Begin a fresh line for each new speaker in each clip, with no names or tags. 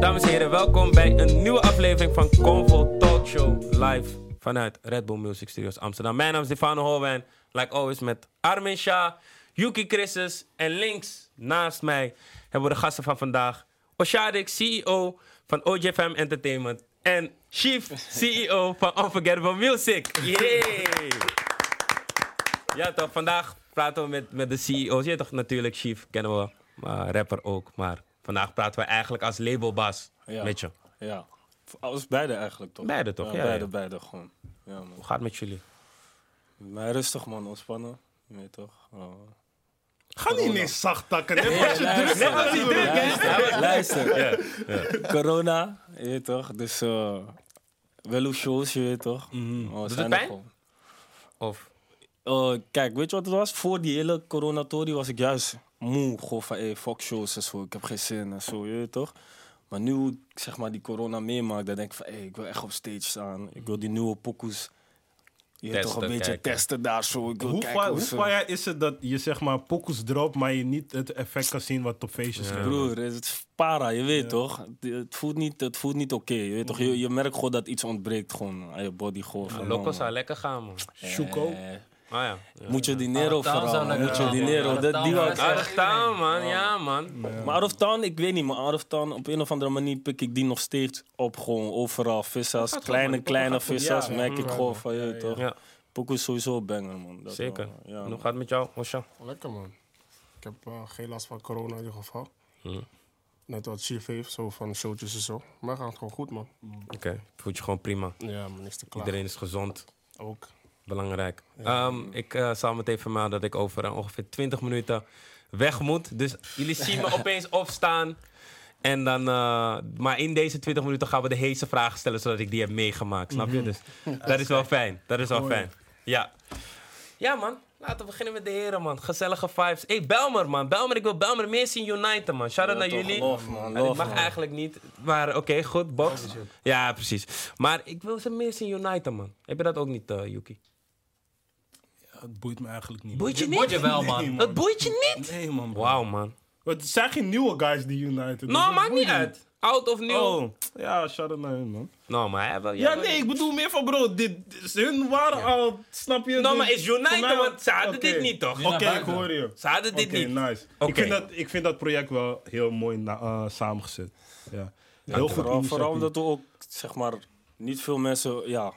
Dames en heren, welkom bij een nieuwe aflevering van Convo Talk Show live vanuit Red Bull Music Studios Amsterdam. Mijn naam is Stefano Holwijn, like always met Armin Shah, Yuki Christus en links naast mij hebben we de gasten van vandaag. Oshadik, CEO van OJFM Entertainment en Chief CEO van Unforgettable Music. Yay! Ja toch, vandaag praten we met, met de CEO's. Je toch natuurlijk Chief, kennen we, maar rapper ook, maar... Vandaag praten we eigenlijk als labelbaas
Ja.
met je.
Ja. Alles beide eigenlijk toch?
Beide toch, ja,
Beide,
ja.
beide gewoon. Ja, man.
Hoe gaat het met jullie?
Maar rustig man, ontspannen. Je weet toch? Oh.
Ga niet ineens zacht takken. Net was je druk.
luister,
was je druk.
luister, luister. Corona, je weet toch? Dus eh wel hoe shows, je weet toch? Oh,
Doet
zijn
het
er
pijn?
gewoon.
Of?
Eh, kijk, weet je wat het was? Voor die hele coronatorie was ik juist moe. Gewoon van, hey, fuck shows en zo. Ik heb geen zin en zo, je weet toch? Maar nu, hoe ik, zeg maar, die corona meemaak, dan denk ik van, hey, ik wil echt op stage staan. Ik wil die nieuwe pokoes, je weet toch,
Testen,
een beetje
kijken.
testen daar zo. Ik wil
Hoe
kijken
vaar- hoe
ze-
vaar is het dat je zeg maar pokus drop, maar je niet het effect kan zien wat op feestjes gebeurt?
Broer, het is para, je weet toch? Het- Het voelt niet, het voelt niet oké, je weet toch? Je, je merkt gewoon dat iets ontbreekt gewoon aan je body. Gewoon, van,
Loco
man,
zou lekker gaan, man.
Shuko.
eh,
Ah ja. ja.
Moet je dinero
Ah,
Artaal zou
vooral,
lekker
moet je
gaan, man.
dinero. Dat, die
Artaal
wou
zou
ik
lekker
zeggen.
Echt aan, man. Ja, man.
Maar out of town, ik weet niet, maar out of town, op een of andere manier pik ik die nog steeds op. Gewoon overal, vissers,
gaat
kleine,
goed, man.
kleine
Dat gaat goed,
vissers,
ja,
merk
ja.
ik gewoon van je, toch?
Ja,
Pokoe is sowieso banger, man. Dat
zeker.
wel,
En
ja,
hoe
man.
gaat het met jou, Osha?
Oh, Lekker man. Ik heb eh, geen last van corona in ieder geval. Net wat Chief heeft, zo van showtjes en zo. Maar gaat gewoon goed man.
Oké, voelt je gewoon prima.
Ja, man, niks te klagen.
Iedereen is gezond.
Ook.
Belangrijk. Ehm, ik eh, zal meteen vermelden dat ik over eh, ongeveer 20 minuten weg moet. Dus jullie zien me opeens opstaan. En dan, eh, maar in deze 20 minuten gaan we de heetste vragen stellen, zodat ik die heb meegemaakt. Snap
Mhm.
je? Dus dat is wel fijn. Dat is wel fijn. Ja. Ja, man. Laten we beginnen met de heren, man. Gezellige vibes. Hé, hey, Belmer, man. Belmer, ik wil Belmer meer zien uniten, man. Shout-out
Ja,
naar
toch,
jullie.
love, man,
En ik
love,
mag
man.
eigenlijk niet, maar oké, goed. Box. Ja, precies. Maar ik wil ze meer zien uniten, man. Heb je dat ook niet, eh, Yuki?
Het boeit me eigenlijk niet.
Boeit je niet?
Moet je wel, man.
Nee,
Dat
man.
boeit je niet?
Nee, man. bro.
Wauw, man.
Het zijn geen nieuwe guys die United. dus
Nou,
dat
maakt
boeit
niet uit. Oud of nieuw.
Oh, ja, shout out naar hun, man.
Nou, maar hij wel.
Ja, nee, ik bedoel meer van bro, dit, dit- hun waren al, snap je? dus
Nou, maar is
voor
United,
mij-
want ze hadden
Oké.
dit niet, toch?
Oké, ik
buiten.
hoor je.
Ze hadden dit
Oké,
niet.
nice.
Oké.
Ik, vind dat, ik vind dat project wel heel mooi na- eh, samengezet. Ja. Heel goed
Vooral, vooral
initiatief.
omdat we ook, zeg maar, niet veel mensen, ja,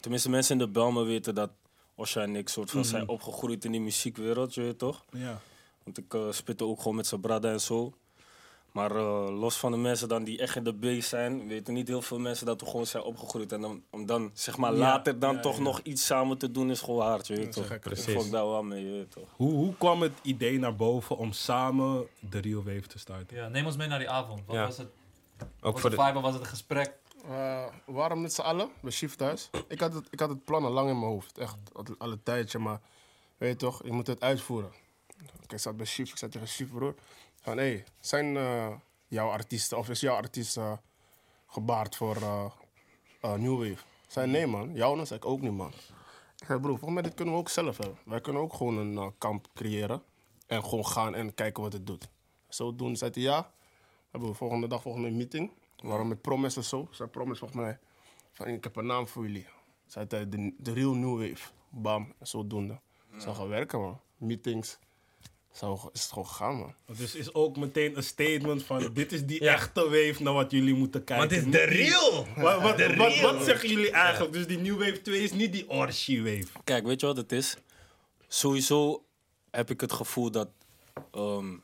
tenminste mensen in de Belmen weten dat Osha en ik soort van
Mm.
zijn opgegroeid in die muziekwereld, je weet toch?
Ja.
Want ik eh spitte ook gewoon met z'n brada en zo. Maar eh, los van de mensen dan die echt in de B zijn, weten niet heel veel mensen dat we gewoon zijn opgegroeid. En dan, om dan zeg maar later dan toch nog iets samen te doen is gewoon hard, je weet toch?
Precies.
Ik vond daar wel mee, je weet toch?
Hoe, hoe kwam het idee naar boven om samen de Real Wave te starten?
Ja, neem ons mee naar die avond. Wat
Ja.
was het?
Ook
Was
voor
het
de...
vibe, was het een gesprek?
Eh, waarom met z'n allen? Bij Chief thuis. Ik had, het, ik had het plan al lang in mijn hoofd. Echt al, al een tijdje, maar weet je toch, ik moet het uitvoeren. Ik zat bij Chief, ik zat tegen Chief broer. Van hé, hey, zijn eh, jouw artiesten, of is jouw artiest eh, gebaard voor eh, eh, New Wave? Zijn nee man, jou dan zei ik ook niet man. Ik zei broer, volgens mij dit kunnen we ook zelf hebben. Wij kunnen ook gewoon een eh, kamp creëren en gewoon gaan en kijken wat het doet. Zodoende zei hij ja, hebben we volgende dag volgende meeting. Waarom met Promise en zo? Zijn Promise volgens mij van ik heb een naam voor jullie. Zei hij de, de Real New Wave. Bam, zodoende. Zou gaan werken man. Meetings. Zou, is het gewoon gegaan man.
Dus is ook meteen een statement van dit is die
Ja.
echte wave naar wat jullie moeten kijken.
dit is
Niet
de
die-
real.
Wat, wat, wat, wat zeggen jullie eigenlijk? Dus die New Wave 2 is niet die Orshi Wave.
Kijk, weet je wat het is? Sowieso heb ik het gevoel dat. ehm,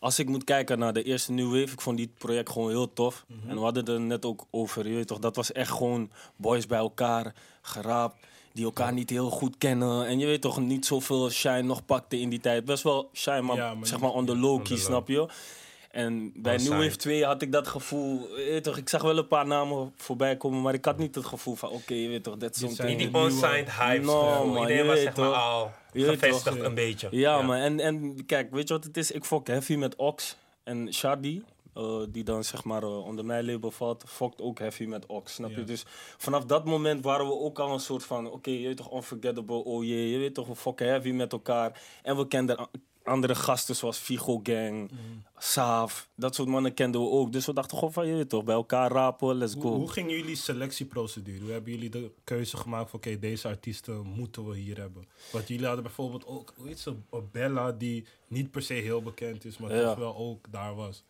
als ik moet kijken naar de eerste New Wave, ik vond die project gewoon heel tof.
Mhm.
En we hadden het er net ook over, je weet toch? Dat was echt gewoon boys bij elkaar, geraapt, die elkaar niet heel goed kennen. En je weet toch, niet zoveel shine nog pakte in die tijd. Best wel shine, maar,
Ja, maar
zeg
niet-
maar onder low-key, snap je? En bij
Oh,
New
saai.
Wave 2 had ik dat gevoel, je weet toch, ik zag wel een paar namen voorbij komen, maar ik had niet het gevoel van, oké, je weet toch, dat is
zijn
something.
de
Die onsigned hype.
No, man,
Iedereen
je
was
weet
zeg maar
toch.
al
Je weet
gevestigd
toch.
een beetje.
Ja, maar en, en kijk, weet je wat het is? Ik fok heavy met Ox. En Shardy, eh, die dan zeg maar eh, onder mijn label valt, fokt ook heavy met Ox. Snap je? Dus vanaf dat moment waren we ook al een soort van: oké, je weet toch, unforgettable, oh jee, je weet toch, we fokken heavy met elkaar. En we kenden, andere gasten zoals Figo Gang,
Mm.
Saaf. Dat soort mannen kenden we ook. Dus we dachten gewoon van, je weet toch, bij elkaar rapen, let's
Hoe,
go.
hoe gingen jullie selectieprocedure? Hoe hebben jullie de keuze gemaakt van oké, deze artiesten moeten we hier hebben? Want jullie hadden bijvoorbeeld ook, hoe heet ze, Bella, die niet per se heel bekend is, maar
Ja.
toch wel ook daar was.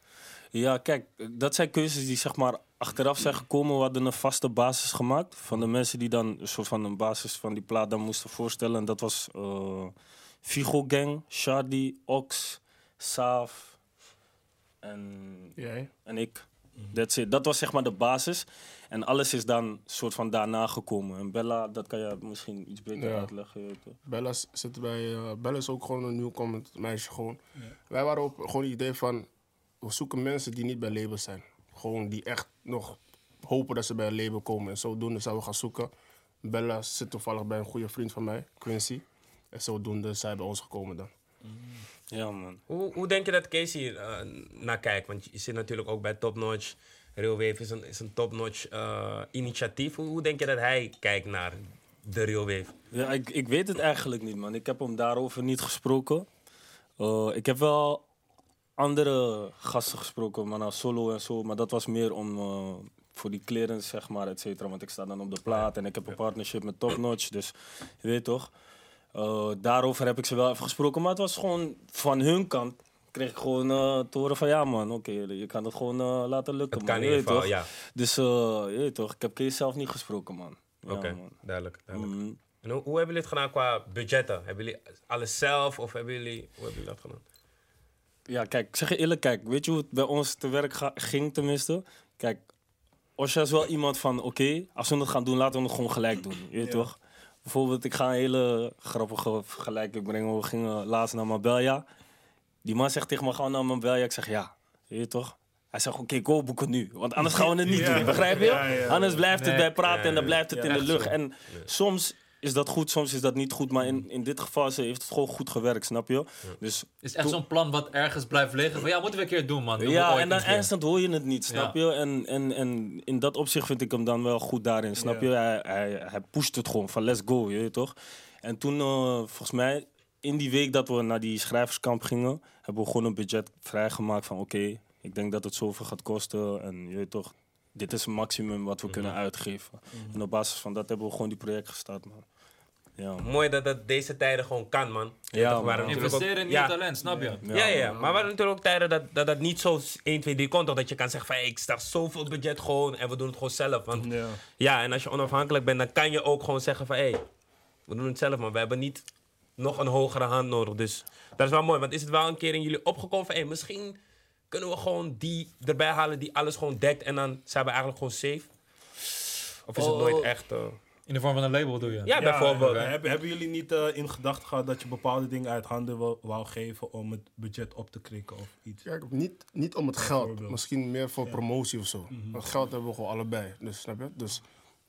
Ja, kijk, dat zijn keuzes die zeg maar achteraf zijn gekomen. We hadden een vaste basis gemaakt van de mensen die dan een soort van een basis van die plaat dan moesten voorstellen. En dat was eh Figo Gang, Shadi, Ox, Saaf en,
Jij?
en ik. That's it. Dat was zeg maar de basis. En alles is dan soort van daarna gekomen. En Bella, dat kan je misschien iets beter
Ja.
uitleggen. je weet toch.
Bella is- zit bij. eh, Bella is ook gewoon een nieuwkomend meisje. Gewoon. Wij waren op gewoon het idee van. We zoeken mensen die niet bij labels zijn. Gewoon die echt nog hopen dat ze bij een label komen. En zodoende zouden we gaan zoeken. Bella zit toevallig bij een goede vriend van mij, Quincy. En zodoende is zij bij ons gekomen dan.
Ja, man.
Hoe, hoe denk je dat Casey hier eh, naar kijkt? Want je zit natuurlijk ook bij Top Notch. Real Wave is een, is een Top Notch eh, initiatief. Hoe, hoe denk je dat hij kijkt naar de Real Wave?
Ja, ik, ik weet het eigenlijk niet, man. Ik heb hem daarover niet gesproken. Eh, ik heb wel andere gasten gesproken, maar nou solo en zo. Maar dat was meer om eh, voor die clearance, zeg maar, et cetera. Want ik sta dan op de plaat en ik heb een partnership met Top Notch. Dus je weet toch. Eh, daarover heb ik ze wel even gesproken. Maar het was gewoon van hun kant. Kreeg ik gewoon eh, te horen van ja, man, oké, je kan het gewoon eh, laten lukken.
Het
man.
kan in
Je
ieder
weet
geval,
toch?
ja.
Dus eh, je weet toch, ik heb Kees zelf niet gesproken, man. Ja,
Oké,
man.
duidelijk. duidelijk.
Mhm.
En hoe, hoe hebben jullie het gedaan qua budgetten? Hebben jullie alles zelf of hebben jullie, hoe hebben jullie dat gedaan?
Ja, kijk, ik zeg je eerlijk, kijk, weet je hoe het bij ons te werk ga- ging tenminste? Kijk, Osha is wel iemand van, oké, als we het gaan doen, laten we het gewoon gelijk doen. Je weet toch? Bijvoorbeeld, ik ga een hele grappige vergelijking brengen. We gingen laatst naar Mabelja. Die man zegt tegen me, gaan we naar Mabelja? Ik zeg ja. Je weet toch? Hij zegt, oké, go boeken nu. Want anders gaan we het niet
Ja.
doen, begrijp je?
Ja, ja, ja.
Anders blijft het
Nee.
bij praten en dan blijft het
Ja,
in de
echt
lucht. En soms is dat goed, soms is dat niet goed. Maar in, in dit geval ze heeft het gewoon goed gewerkt, snap je? Dus
is echt zo'n plan wat ergens blijft liggen. Van ja, moeten we een keer doen, man. Doen we
ja,
ooit
en dan
een keer.
instant hoor je het niet, snap
Ja.
je? En, en, en in dat opzicht vind ik hem dan wel goed daarin, snap je? Hij, hij, hij pusht het gewoon van let's go, je weet toch? En toen, eh, volgens mij, in die week dat we naar die schrijverskamp gingen, hebben we gewoon een budget vrijgemaakt van oké, ik denk dat het zoveel gaat kosten en je weet toch, dit is het maximum wat we kunnen
Mhm.
uitgeven. En op basis van dat hebben we gewoon die project gestart, man. Ja, man.
Mooi dat dat deze tijden gewoon kan, man.
Ja,
Dat waren
man.
natuurlijk ook-
Investeren in je
ja.
talent, snap je?
Ja, ja, ja. maar we hadden natuurlijk ook tijden dat dat, dat niet zo 1, 2, 3 kon. Toch dat je kan zeggen van, hey, ik sta zoveel budget gewoon en we doen het gewoon zelf. Want
Ja.
Ja, en als je onafhankelijk bent, dan kan je ook gewoon zeggen van... hé, we doen het zelf, maar we hebben niet nog een hogere hand nodig. Dus dat is wel mooi. Want is het wel een keer in jullie opgekomen van... hé, misschien kunnen we gewoon die erbij halen die alles gewoon dekt... en dan zijn we eigenlijk gewoon safe? Of is
Oh.
het nooit echt... eh,
In de vorm van een label doe je.
Ja, bijvoorbeeld.
eh, Hebben, hebben jullie niet eh, in gedachten gehad dat je bepaalde dingen uit handen wou, wou geven om het budget op te krikken of iets?
Kijk, niet, niet om het geld.
Bijvoorbeeld. Mhm.
Misschien meer voor promotie of zo. Want geld hebben we gewoon allebei. Dus, snap je? Dus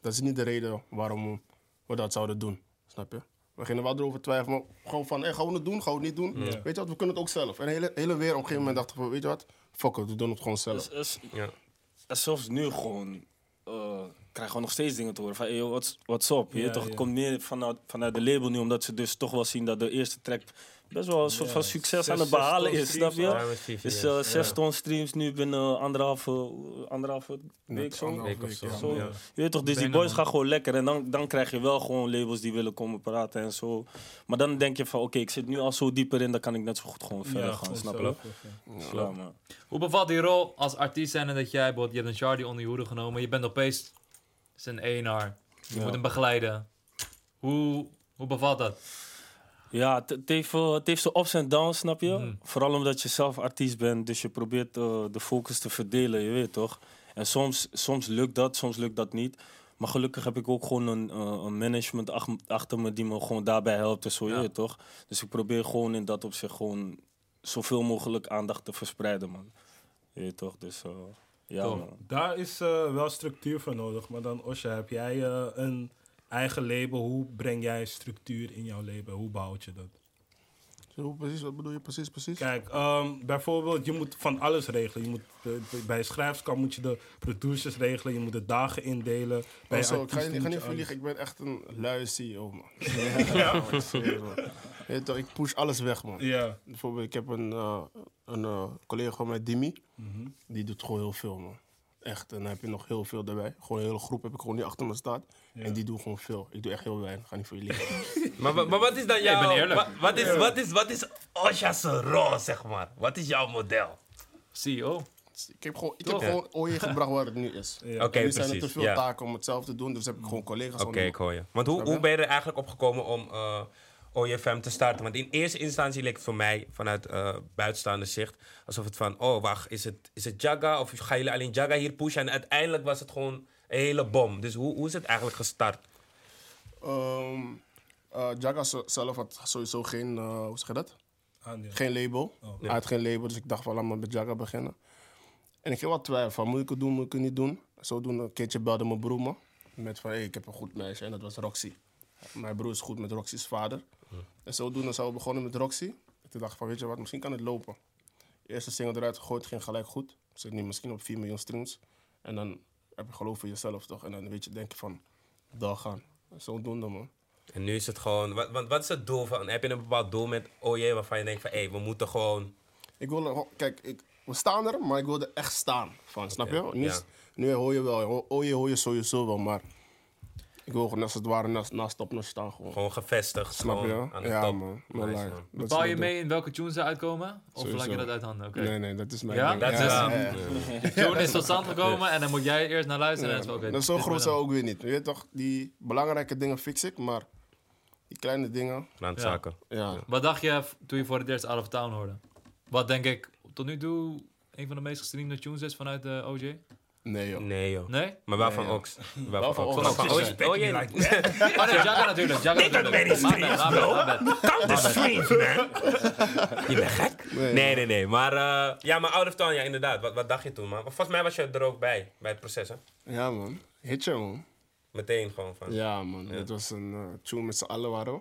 dat is niet de reden waarom we dat zouden doen. Snap je? We gingen wel erover twijfelen. Maar gewoon van, hey, gaan we het doen? Gaan we het niet doen? Weet je wat, we kunnen het ook zelf. En hele, hele weer op een gegeven moment dachten we, weet je wat? Fuck it, we doen het gewoon zelf.
Dus- dus-
ja.
En zelfs nu gewoon eh krijgen we nog steeds dingen te horen van, hey, what's, what's up? Je weet toch, het komt meer vanuit, vanuit de label nu, omdat ze dus toch wel zien dat de eerste track best wel een soort van succes
Zes-
aan het
zes
behalen
ton
is, snap
streams
je?
al. Ja, precies,
dus
yes.
eh, zes
Ja.
ton streams nu binnen anderhalve, anderhalve week zo.
anderhalve
week of zo.
ja.
Zo,
Ja.
Je weet toch, dus die
Bijna,
boys
man.
gaan gewoon lekker. En dan, dan krijg je wel gewoon labels die willen komen praten en zo. Maar dan denk je van, oké, ik zit nu al zo dieper in, dan kan ik net zo goed gewoon verder
Ja,
gaan,
gewoon
snap je?
zelf, ja.
Ja, man.
Hoe bevalt die rol als artiest zijn en dat jij bijvoorbeeld, je hebt een Charlie onder je hoede genomen, je bent opeens zijn ENR. Je
Ja.
moet hem begeleiden. Hoe, hoe bevalt dat?
Ja, het- het heeft, eh, het heeft zijn ups en downs, snap je?
Mhm.
Vooral omdat je zelf artiest bent, dus je probeert eh, de focus te verdelen, je weet toch? En soms, soms lukt dat, soms lukt dat niet. Maar gelukkig heb ik ook gewoon een, eh, een management ach- achter me die me gewoon daarbij helpt en zo, je
Ja.
weet toch? Dus ik probeer gewoon in dat opzicht gewoon zoveel mogelijk aandacht te verspreiden, man. Je weet toch? Dus eh, ja,
Cool.
man.
Daar is eh, wel structuur voor nodig, maar dan Osha, heb jij eh, een eigen label? Hoe breng jij structuur in jouw label? Hoe behoud je dat?
Hoe precies, wat bedoel je precies, precies?
Kijk, ehm, bijvoorbeeld, je moet van alles regelen. Je moet, eh, bij schrijfskant moet je de producers regelen, je moet de dagen indelen. Bij
Oh, zo, ik ga,
artiesten
je-
moet
ik ga
je
E niet verliegen, ik ben echt een lui CEO, man. Ja, man, ik zweer het, man. Weet je toch, ik push alles weg, man.
Ja.
Bijvoorbeeld, ik heb een, eh, een eh, collega van mij, Dimi. Die doet gewoon heel veel, man. Echt, en dan heb je nog heel veel daarbij. Gewoon een hele groep heb ik gewoon die achter me staat. En die doen gewoon veel. Ik doe echt heel weinig, ga niet voor je liggen.
Maar, wa- maar wat is dan
ik
jouw...
ben eerlijk.
wa- wat, is, wat, is, wat is Osha's rol, zeg maar? Wat is jouw model?
CEO.
ik heb gewoon, ik heb gewoon ooit gebracht waar het nu is.
Oké,
nu zijn er te
precies.
veel
ja.
taken om hetzelfde te doen, dus heb ik gewoon collega's
Oké,
onder me.
ik hoor je. Want hoe, hoe ben je er eigenlijk op gekomen om eh OJFM te starten? Want in eerste instantie leek het voor mij, vanuit eh buitenstaande zicht, alsof het van, oh wacht, is het, is het Jaga of gaan jullie alleen Jaga hier pushen? En uiteindelijk was het gewoon een hele bom. Dus hoe, hoe is het eigenlijk gestart?
Ehm, eh, Jaga zo- zelf had sowieso geen, eh, hoe zeg je dat?
Aandeel.
Geen label.
Ja.
Hij had geen label, dus ik dacht van laat maar met Jaga beginnen. En ik ging wat twijfelen van moet ik het doen, moet ik het niet doen. Zodoende een keertje belde mijn broer me met van hey, ik heb een goed meisje en dat was Roxy. Mijn broer is goed met Roxy's vader. En zodoende zijn we begonnen met Roxy. Toen dacht ik van weet je wat, misschien kan het lopen. De eerste single eruit gegooid, ging gelijk goed. Ik zit nu misschien op 4 miljoen streams. En dan heb je geloof in jezelf toch. En dan weet je, denk je van, daar gaan. Zodoende man.
En nu is het gewoon, wat, want wat is het doel van, heb je een bepaald doel met OJ waarvan je denkt van, hé, we moeten gewoon...
Ik wil, er gewoon- kijk, ik, we staan er, maar ik wil er echt staan van, snap je? Nu, is-
ja.
nu hoor je wel, ho- hoor oh, je, hoor je sowieso wel, maar ik wil gewoon als het ware naast, naast Topnotch staan gewoon.
Gewoon gevestigd,
Snap
gewoon aan
je?
de
Ja,
top.
man. No
Nice, man.
lie. Dat is
Bepaal je
mijn
mee in welke tunes ze uitkomen? Of
Sowieso.
laat je dat uit handen? Oké.
ding. Nee, nee, dat is mijn
Ja?
ding.
Dat is,
Ja.
eh,
Tune is tot stand gekomen en dan moet jij eerst naar luisteren. en
Ja,
dan is het wel, oké,
man. dat is zo
dit
groot
moet dan.
zo ook weer niet. Je weet toch, die belangrijke dingen fix ik, maar die kleine dingen,
Randzaken.
ja.
Wat dacht je v- toen je voor het eerst Out of Town hoorde? Wat denk ik tot nu toe een van de meest gestreamde tunes is vanuit de OJ?
Nee joh.
Nee, joh.
Nee?
Maar waarvan Ox? Waarvan
Ox?
Ox? Van
Ox.
OJ? OJ?
Oh nee, Jagger natuurlijk. Jagger natuurlijk. Maar nee, maar nee, maar nee.
Count the streams, dus man. je bent gek. Nee, nee, nee. Maar eh, ja, maar Out of Town, ja, inderdaad. Wat, wat dacht je toen, man? Maar volgens mij was je er ook bij, bij het proces, hè?
Ja man, hitje man.
Meteen gewoon van.
Ja, man. Dit was een eh, tune met z'n allen waren we.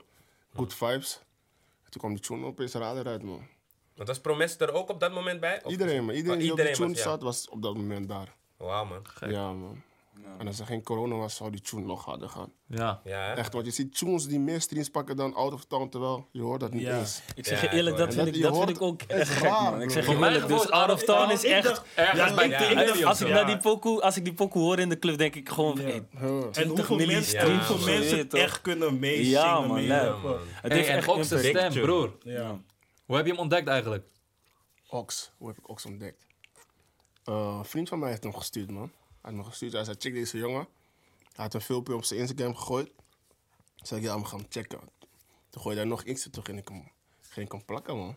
Good vibes. En toen kwam die tune opeens raar uit, man.
Want was Promes er ook op dat moment bij? Of-
Iedereen, man. Iedereen
Oh,
die op die tune
was, ja.
zat, was op dat moment daar.
Wauw, man.
Ja, man. En als er geen corona was, zou die tune nog harder gaan.
Ja.
Ja, hè?
Echt, want je ziet tunes die meer streams pakken dan Out of Town, terwijl je hoort dat niet
Ja.
eens.
Ik zeg
Ja,
je
ik
eerlijk,
hoor
dat
het.
vind ik,
Je
dat vind
hoort
ik ook
het
echt gek,
raar,
man.
bro.
Ik zeg je
Voor mij
eerlijk,
gevoel
dus
is Out of Town
is echt...
Ergens bij
ik-
de
ik
Ik dacht,
Indie of
als,
zo.
ik naar die pokoe, als ik die pokoe hoor in de club, denk ik gewoon... hey,
Huh.
En
20
hoeveel
miljoen
mensen,
streams
hoeveel
of
zo,
mensen
weet je toch?
echt kunnen meezingen.
Ja, man,
mee-
ja,
man.
Het
Hey,
heeft
en
echt
ook zijn
impact.
stem,
tune.
broer.
Ja.
Hoe heb je hem ontdekt eigenlijk?
Ox, hoe heb ik Ox ontdekt? Eh, een vriend van mij heeft hem gestuurd, man. Hij heeft me gestuurd. Hij zei, check deze jongen. Hij had een filmpje op zijn Instagram gegooid. Toen zei ik, ja, we gaan hem checken. Toen gooide hij nog Insta, toen ging ik hem, ging ik hem plakken, man.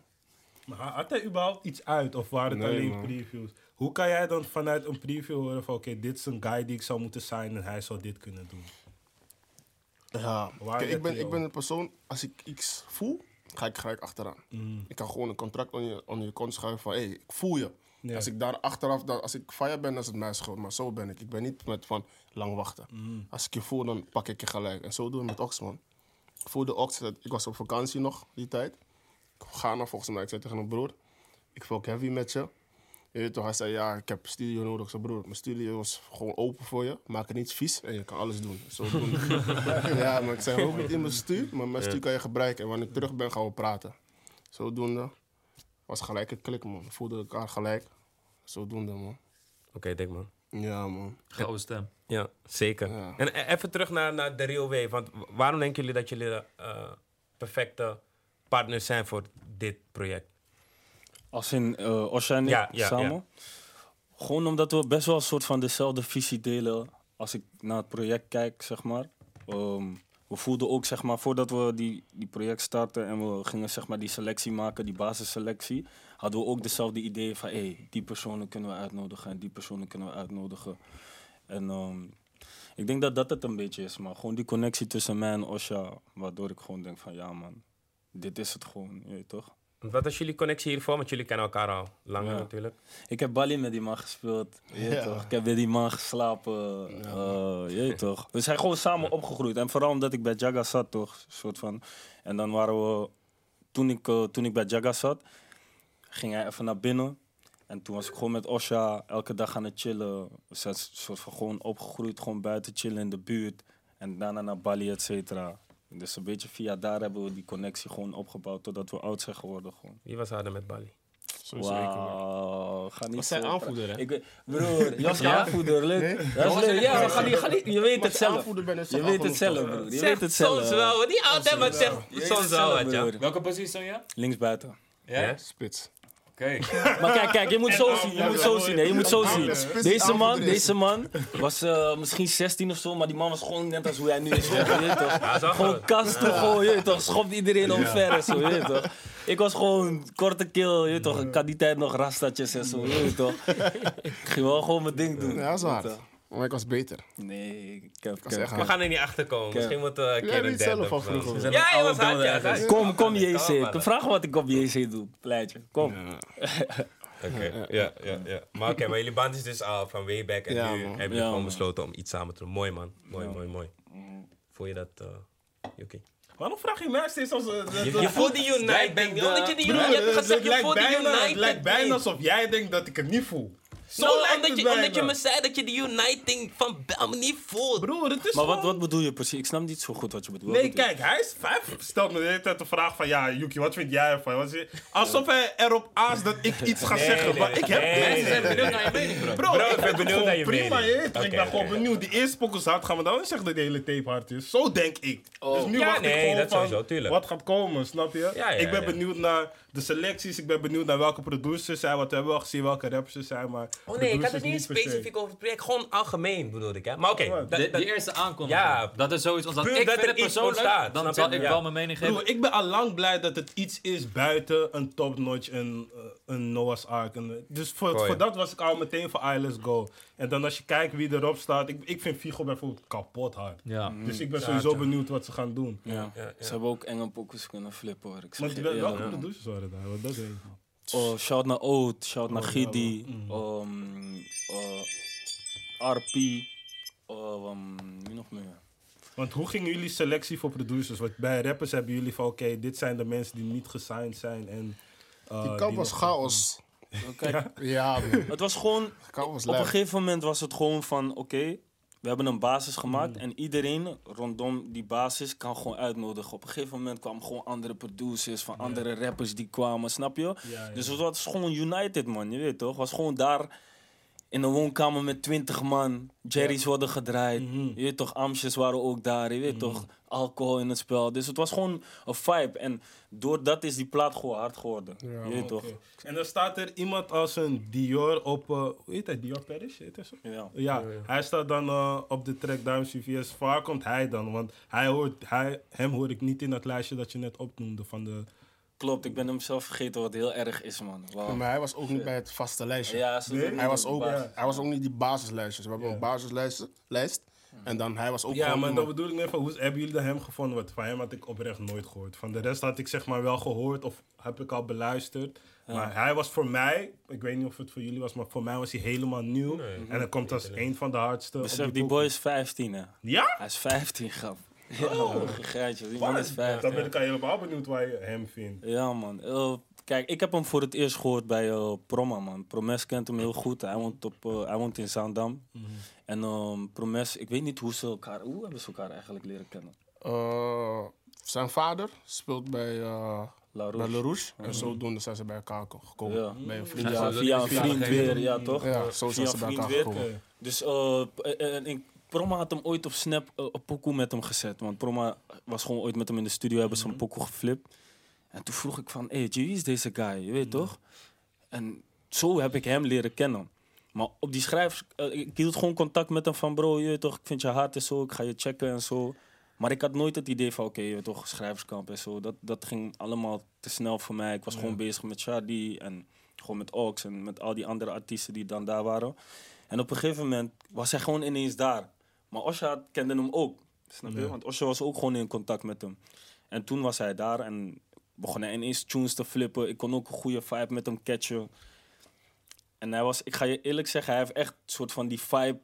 Maar had hij überhaupt iets uit of waren het
Nee,
alleen
man.
previews? Hoe kan jij dan vanuit een preview horen van oké, dit is een guy die ik zou moeten zijn en hij zou dit kunnen doen?
Ja,
Waar
kijk,
let
ik, ben,
je
ik
op?
ben een persoon, als ik iets voel, ga ik gelijk achteraan.
Mm.
Ik kan gewoon een contract onder je, onder je kont schuiven van, hé, hey, ik voel je.
Ja.
Als ik daar achteraf, dan, als ik fire ben, dan is het mijn schuld. Maar zo ben ik. Ik ben niet met van lang wachten.
Mm.
Als ik je voel, dan pak ik je gelijk. En zo doen we met Ox, man. Ik voelde Ox, dat- ik was op vakantie nog, die tijd. Ik ga naar volgens mij, ik zei tegen mijn broer, ik wil ook heavy met je. Je weet toch, hij zei, ja, ik heb studio nodig. Ik zei, broer, mijn studio is gewoon open voor je. Maak het niet vies en je kan alles doen. Zo doen. ja, maar ik zei, hoop niet in mijn stuur, maar mijn stuur kan je gebruiken. En wanneer ik terug ben, gaan we praten. Zodoende was gelijk een klik, man. We voelden elkaar gelijk. Zodoende, man.
Oké, dik, man.
Ja, man.
Gouden stem.
Ja, zeker.
Ja.
En e- even terug naar, naar de Real Wave. Want wa- waarom denken jullie dat jullie de eh, perfecte partners zijn voor dit project?
Als in eh Osha en ik
Ja, ja,
samen. Gewoon omdat we best wel een soort van dezelfde visie delen. Als ik naar het project kijk, zeg maar. Ehm, we voelden ook, zeg maar, voordat we die, die project starten en we gingen zeg maar, die selectie maken, die basisselectie, hadden we ook dezelfde ideeën van, hé, die personen kunnen we uitnodigen en die personen kunnen we uitnodigen. En ehm, ik denk dat dat het een beetje is, maar gewoon die connectie tussen mij en Osha, waardoor ik gewoon denk van, ja man, dit is het gewoon, je weet toch?
Want wat is jullie connectie hiervoor? Want jullie kennen elkaar al langer
Ja.
natuurlijk.
Ik heb Bali met die man gespeeld. Je weet toch? Ik heb bij die man geslapen. eh, je weet toch? We zijn gewoon samen opgegroeid. En vooral omdat ik bij Jaga zat, toch? Soort van. En dan waren we. Toen ik, eh, toen ik bij Jaga zat, ging hij even naar binnen. En toen was ik gewoon met Osha elke dag aan het chillen. We zijn soort van gewoon opgegroeid, gewoon buiten chillen in de buurt. En daarna naar Bali, et cetera. Dus een beetje via daar hebben we die connectie gewoon opgebouwd totdat we oud zijn geworden. Gewoon.
Wie was harder met Bali?
Sowieso ik, man.
Wauw, ga niet
Was zijn
zo
aanvoerder, hè?
Ik, weet- broer, Jaska aanvoerder, leuk. Dat is leuk. Ja, ga niet, ga niet, je weet het
Als je
zelf.
aanvoerder bent, is
Je
dat
weet het
aanvoerder.
zelf, broer. Je weet het zelf.
soms wel. hoor. Niet altijd, maar zeg
Je weet
soms
het
wel,
zelf,
weet je.
broer.
Welke positie dan ja?
Links buiten.
Ja?
Spits.
Oké.
Maar kijk, kijk, je moet zo zien. Je moet zo zien. hè, Je moet zo zien.
Spits,
Deze man,
aanvoerder is-
deze man was eh, misschien 16 of zo, maar die man was gewoon net als hoe hij nu is. gewoon, je weet toch?
Ja, zag
Gewoon
het.
kasten, gewoon, je weet toch? Schopt iedereen omver en zo, je weet toch? Ik was gewoon korte keel, je weet toch? Ik had die tijd nog rastatjes en zo, je weet toch? Ik ging wel gewoon mijn ding doen.
Ja, dat is hard. Maar ik was beter.
Nee, ik heb...
was echt
We gaan er niet achter komen. Misschien moeten we een keer
hebt
een
het
derde
zelf al
of zo.
vroeger.
Ja, hij was hard, ja. hij was
Kom, kom
hard.
JC.
Kom,
Ik vraag wat ik op JC doe, pleitje. Kom.
Oké, ja, ja, ja. Maar oké, maar jullie band is dus al van way back. En
Ja,
nu
man.
hebben jullie
Ja,
gewoon
man.
besloten om iets samen te doen. Mooi, man. Mooi, mooi, mooi. Voel je dat, eh Yuki?
Waarom vraag je mij steeds als... eh, dat-
Je,
dat-
voelt die United,
bent
man. Omdat je die United...
Broer, eh,
Je hebt
het-
gezegd,
het
je voelt
lijkt
die
bijna- Het lijkt
United
bijna
ding.
alsof jij denkt dat ik het niet voel. Zo
Nou,
lijkt
omdat
het
je, omdat je
bijna.
me zei dat je die United van Belm niet voelt.
Broer, het is
Maar wat,
gewoon-
wat bedoel je precies? Ik snap niet zo goed wat je bedoelt.
Nee, kijk, hij is vijf. Stelt me de hele tijd de vraag van, ja, Yuki, wat vind jij ervan? Wat is- Alsof hij erop aast dat ik iets ga zeggen.
nee,
maar
nee,
ik heb
nee,
niks.
nee,
Mensen zijn benieuwd naar je mening, bro.
Bro, ik ben
benieuwd
gewoon
naar je
prima,
mening.
je weet.
Oké,
ik ben gewoon
oké.
benieuwd. Die eerste pokkels hard gaan we dan niet zeggen dat de hele tape hard is. Zo denk ik. Dus nu
Ja,
wacht
nee,
ik gewoon
dat
van
sowieso, tuurlijk.
wat gaat komen, snap je?
Ja, ja,
ik ben
ja.
benieuwd naar de selecties. Ik ben benieuwd naar welke producers zijn. Wat hebben we al gezien, welke rappers er zijn. Maar
Oh nee, ik had
producers
het niet
per se.
specifiek over het project. Gewoon algemeen bedoelde ik, hè. Maar oké. dat-
De,
dat-
die eerste aankondiging.
Ja,
dat is zoiets ontstaat.
puur
Ik
dat
vind
er
het
iets
persoonlijk,
ontstaat,
dan
snap
zal
je?
ik
Ja.
wel mijn mening geven.
Broer, ik ben al lang blij dat het iets is buiten een topnotch, een, eh, een Noah's Ark. Een, dus voor,
Goeie.
voor dat was ik al meteen voor I, Let's Go. En dan als je kijkt wie erop staat, ik, ik vind Figo bijvoorbeeld kapot hard.
ja.
Dus ik ben sowieso benieuwd wat ze gaan doen.
Ja. Ze hebben ook enge pokus kunnen flippen hoor. Ik
Want
zeg je
wel- welke
eerlijk.
producers waren daar? Want dat weet ik niet.
Oh, shout naar Oud, shout naar Gidi, ehm, eh, RP, ehm, wie nog meer?
Want hoe gingen jullie selectie voor producers? Want bij rappers hebben jullie van oké, dit zijn de mensen die niet gesigned zijn. En, eh,
Die kamp was
nog-
chaos.
Kijk,
Ja, man.
Het was gewoon
Kamp was
Op een
lijp.
gegeven moment was het gewoon van, oké, we hebben een basis gemaakt
Mm.
en iedereen rondom die basis kan gewoon uitnodigen. Op een gegeven moment kwamen gewoon andere producers van andere rappers die kwamen, snap je?
ja.
Dus het was gewoon United, man, je weet toch? Het was gewoon daar in een woonkamer met twintig man. Jerry's worden gedraaid,
Mhm.
je weet toch? Amstjes waren ook daar, je weet toch? Alcohol in het spel. Dus het was gewoon een vibe en doordat is die plaat gewoon hard geworden, je weet toch?
Oké. En dan staat er iemand als een Dior op, eh, hoe heet hij, Dior Paris? Heet hij zo?
Ja.
Ja, hij staat dan eh, op de track Diamond CVS. Waar komt hij dan? Want hij hoort, hij, hem hoor ik niet in dat lijstje dat je net opnoemde van de...
Klopt, ik ben hem zelf vergeten wat heel erg is, man. Wauw.
Maar hij was ook niet bij het vaste lijstje.
Ja, ze doen
Hij
het
was
op
ook,
basis.
hij was ook niet die basislijstjes. We hebben een basislijst. Lijst, en dan hij was ook
Ja,
gewoon
maar dan
iemand-
bedoel ik net van, hoe hebben jullie dan hem gevonden? Want van hem had ik oprecht nooit gehoord. Van de rest had ik zeg maar wel gehoord of heb ik al beluisterd. Maar hij was voor mij, ik weet niet of het voor jullie was, maar voor mij was hij helemaal nieuw. en dan komt als een van de hardste. op
Besef, die
pokoe.
boy is 15, hè?
Ja?
Hij is 15, grap. Oh, gegeitje. Die man is
Dan
15.
ben ik al helemaal benieuwd waar je hem vindt.
Ja, man. Eh, kijk, ik heb hem voor het eerst gehoord bij eh Proma, man. Promes kent hem heel goed. Hij woont, op, eh, hij woont in Zaandam. En ehm, Promes, ik weet niet hoe ze elkaar... Hoe hebben ze elkaar eigenlijk leren kennen?
Eh, zijn vader speelt bij eh
La
bij
Rouge.
La Rouge. En zodoende zijn ze bij elkaar ko- gekomen.
Ja.
Bij een vriend.
Via,
Ja,
via een vriend weer, ja toch?
Ja, zo
via
zijn
een
ze bij
vriend
elkaar
weer.
gekomen.
Dus eh, p- eh, en ik- Proma had hem ooit op Snap eh, een pokoe met hem gezet. Want Proma was gewoon ooit met hem in de studio, hebben ze een pokoe geflipt. En toen vroeg ik van, hey, G, wie is deze guy? Je weet toch? En zo heb ik hem leren kennen. Maar op die schrijvers, eh, ik hield gewoon contact met hem van, bro, je weet toch, ik vind je hard en zo, ik ga je checken en zo. Maar ik had nooit het idee van, oké, je weet toch, schrijverskamp en zo. Dat, dat ging allemaal te snel voor mij. Ik was gewoon bezig met Shadi en gewoon met Ox en met al die andere artiesten die dan daar waren. En op een gegeven moment was hij gewoon ineens daar. Maar Osha kende hem ook, snap je? Want Osha was ook gewoon in contact met hem. En toen was hij daar en begon hij ineens tunes te flippen. Ik kon ook een goede vibe met hem catchen. En hij was, ik ga je eerlijk zeggen, hij heeft echt een soort van die vibe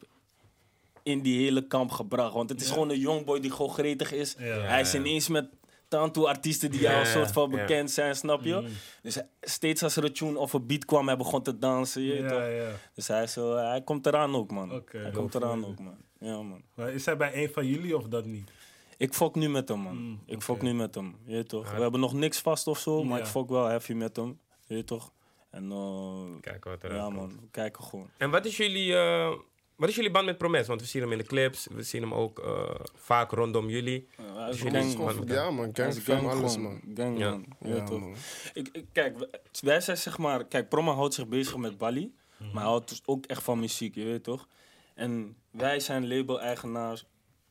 in die hele kamp gebracht. Want het is gewoon een jongboy die gewoon gretig is. hij is ineens met tantoe-artiesten die al een soort van
ja.
bekend zijn, snap je? Dus hij- steeds als er een tune of een beat kwam, hij begon te dansen. Je weet
Ja,
toch?
ja.
Dus hij, is zo, hij komt eraan ook, man.
Oké,
hij
dope.
komt eraan ook, man. Ja, man.
Maar is hij bij een van jullie of dat niet?
Ik fok nu met hem, man.
Mm,
ik fok nu met hem, je weet toch. We hebben nog niks vast of zo, maar
Ja.
ik fok wel heavy met hem, je weet toch. En eh,
Kijken wat eruit
ja,
komt.
man, we kijken gewoon.
En wat is jullie, eh, wat is jullie band met Promes? Want we zien hem in de clips, we zien hem ook eh, vaak rondom jullie.
Eh, hij is
Jullie
gang-
is gewoon-
man.
Ja, man.
Hij
Gang,
is
fam,
gang
alles,
gewoon.
man.
Gang,
Ja.
man. Je
Ja,
weet toch.
man.
Ik, ik- kijk, we- wij zijn zeg maar... Kijk, Proma houdt zich bezig met Bali.
Mhm.
Maar hij houdt dus ook echt van muziek, je weet toch? En wij zijn label-eigenaars.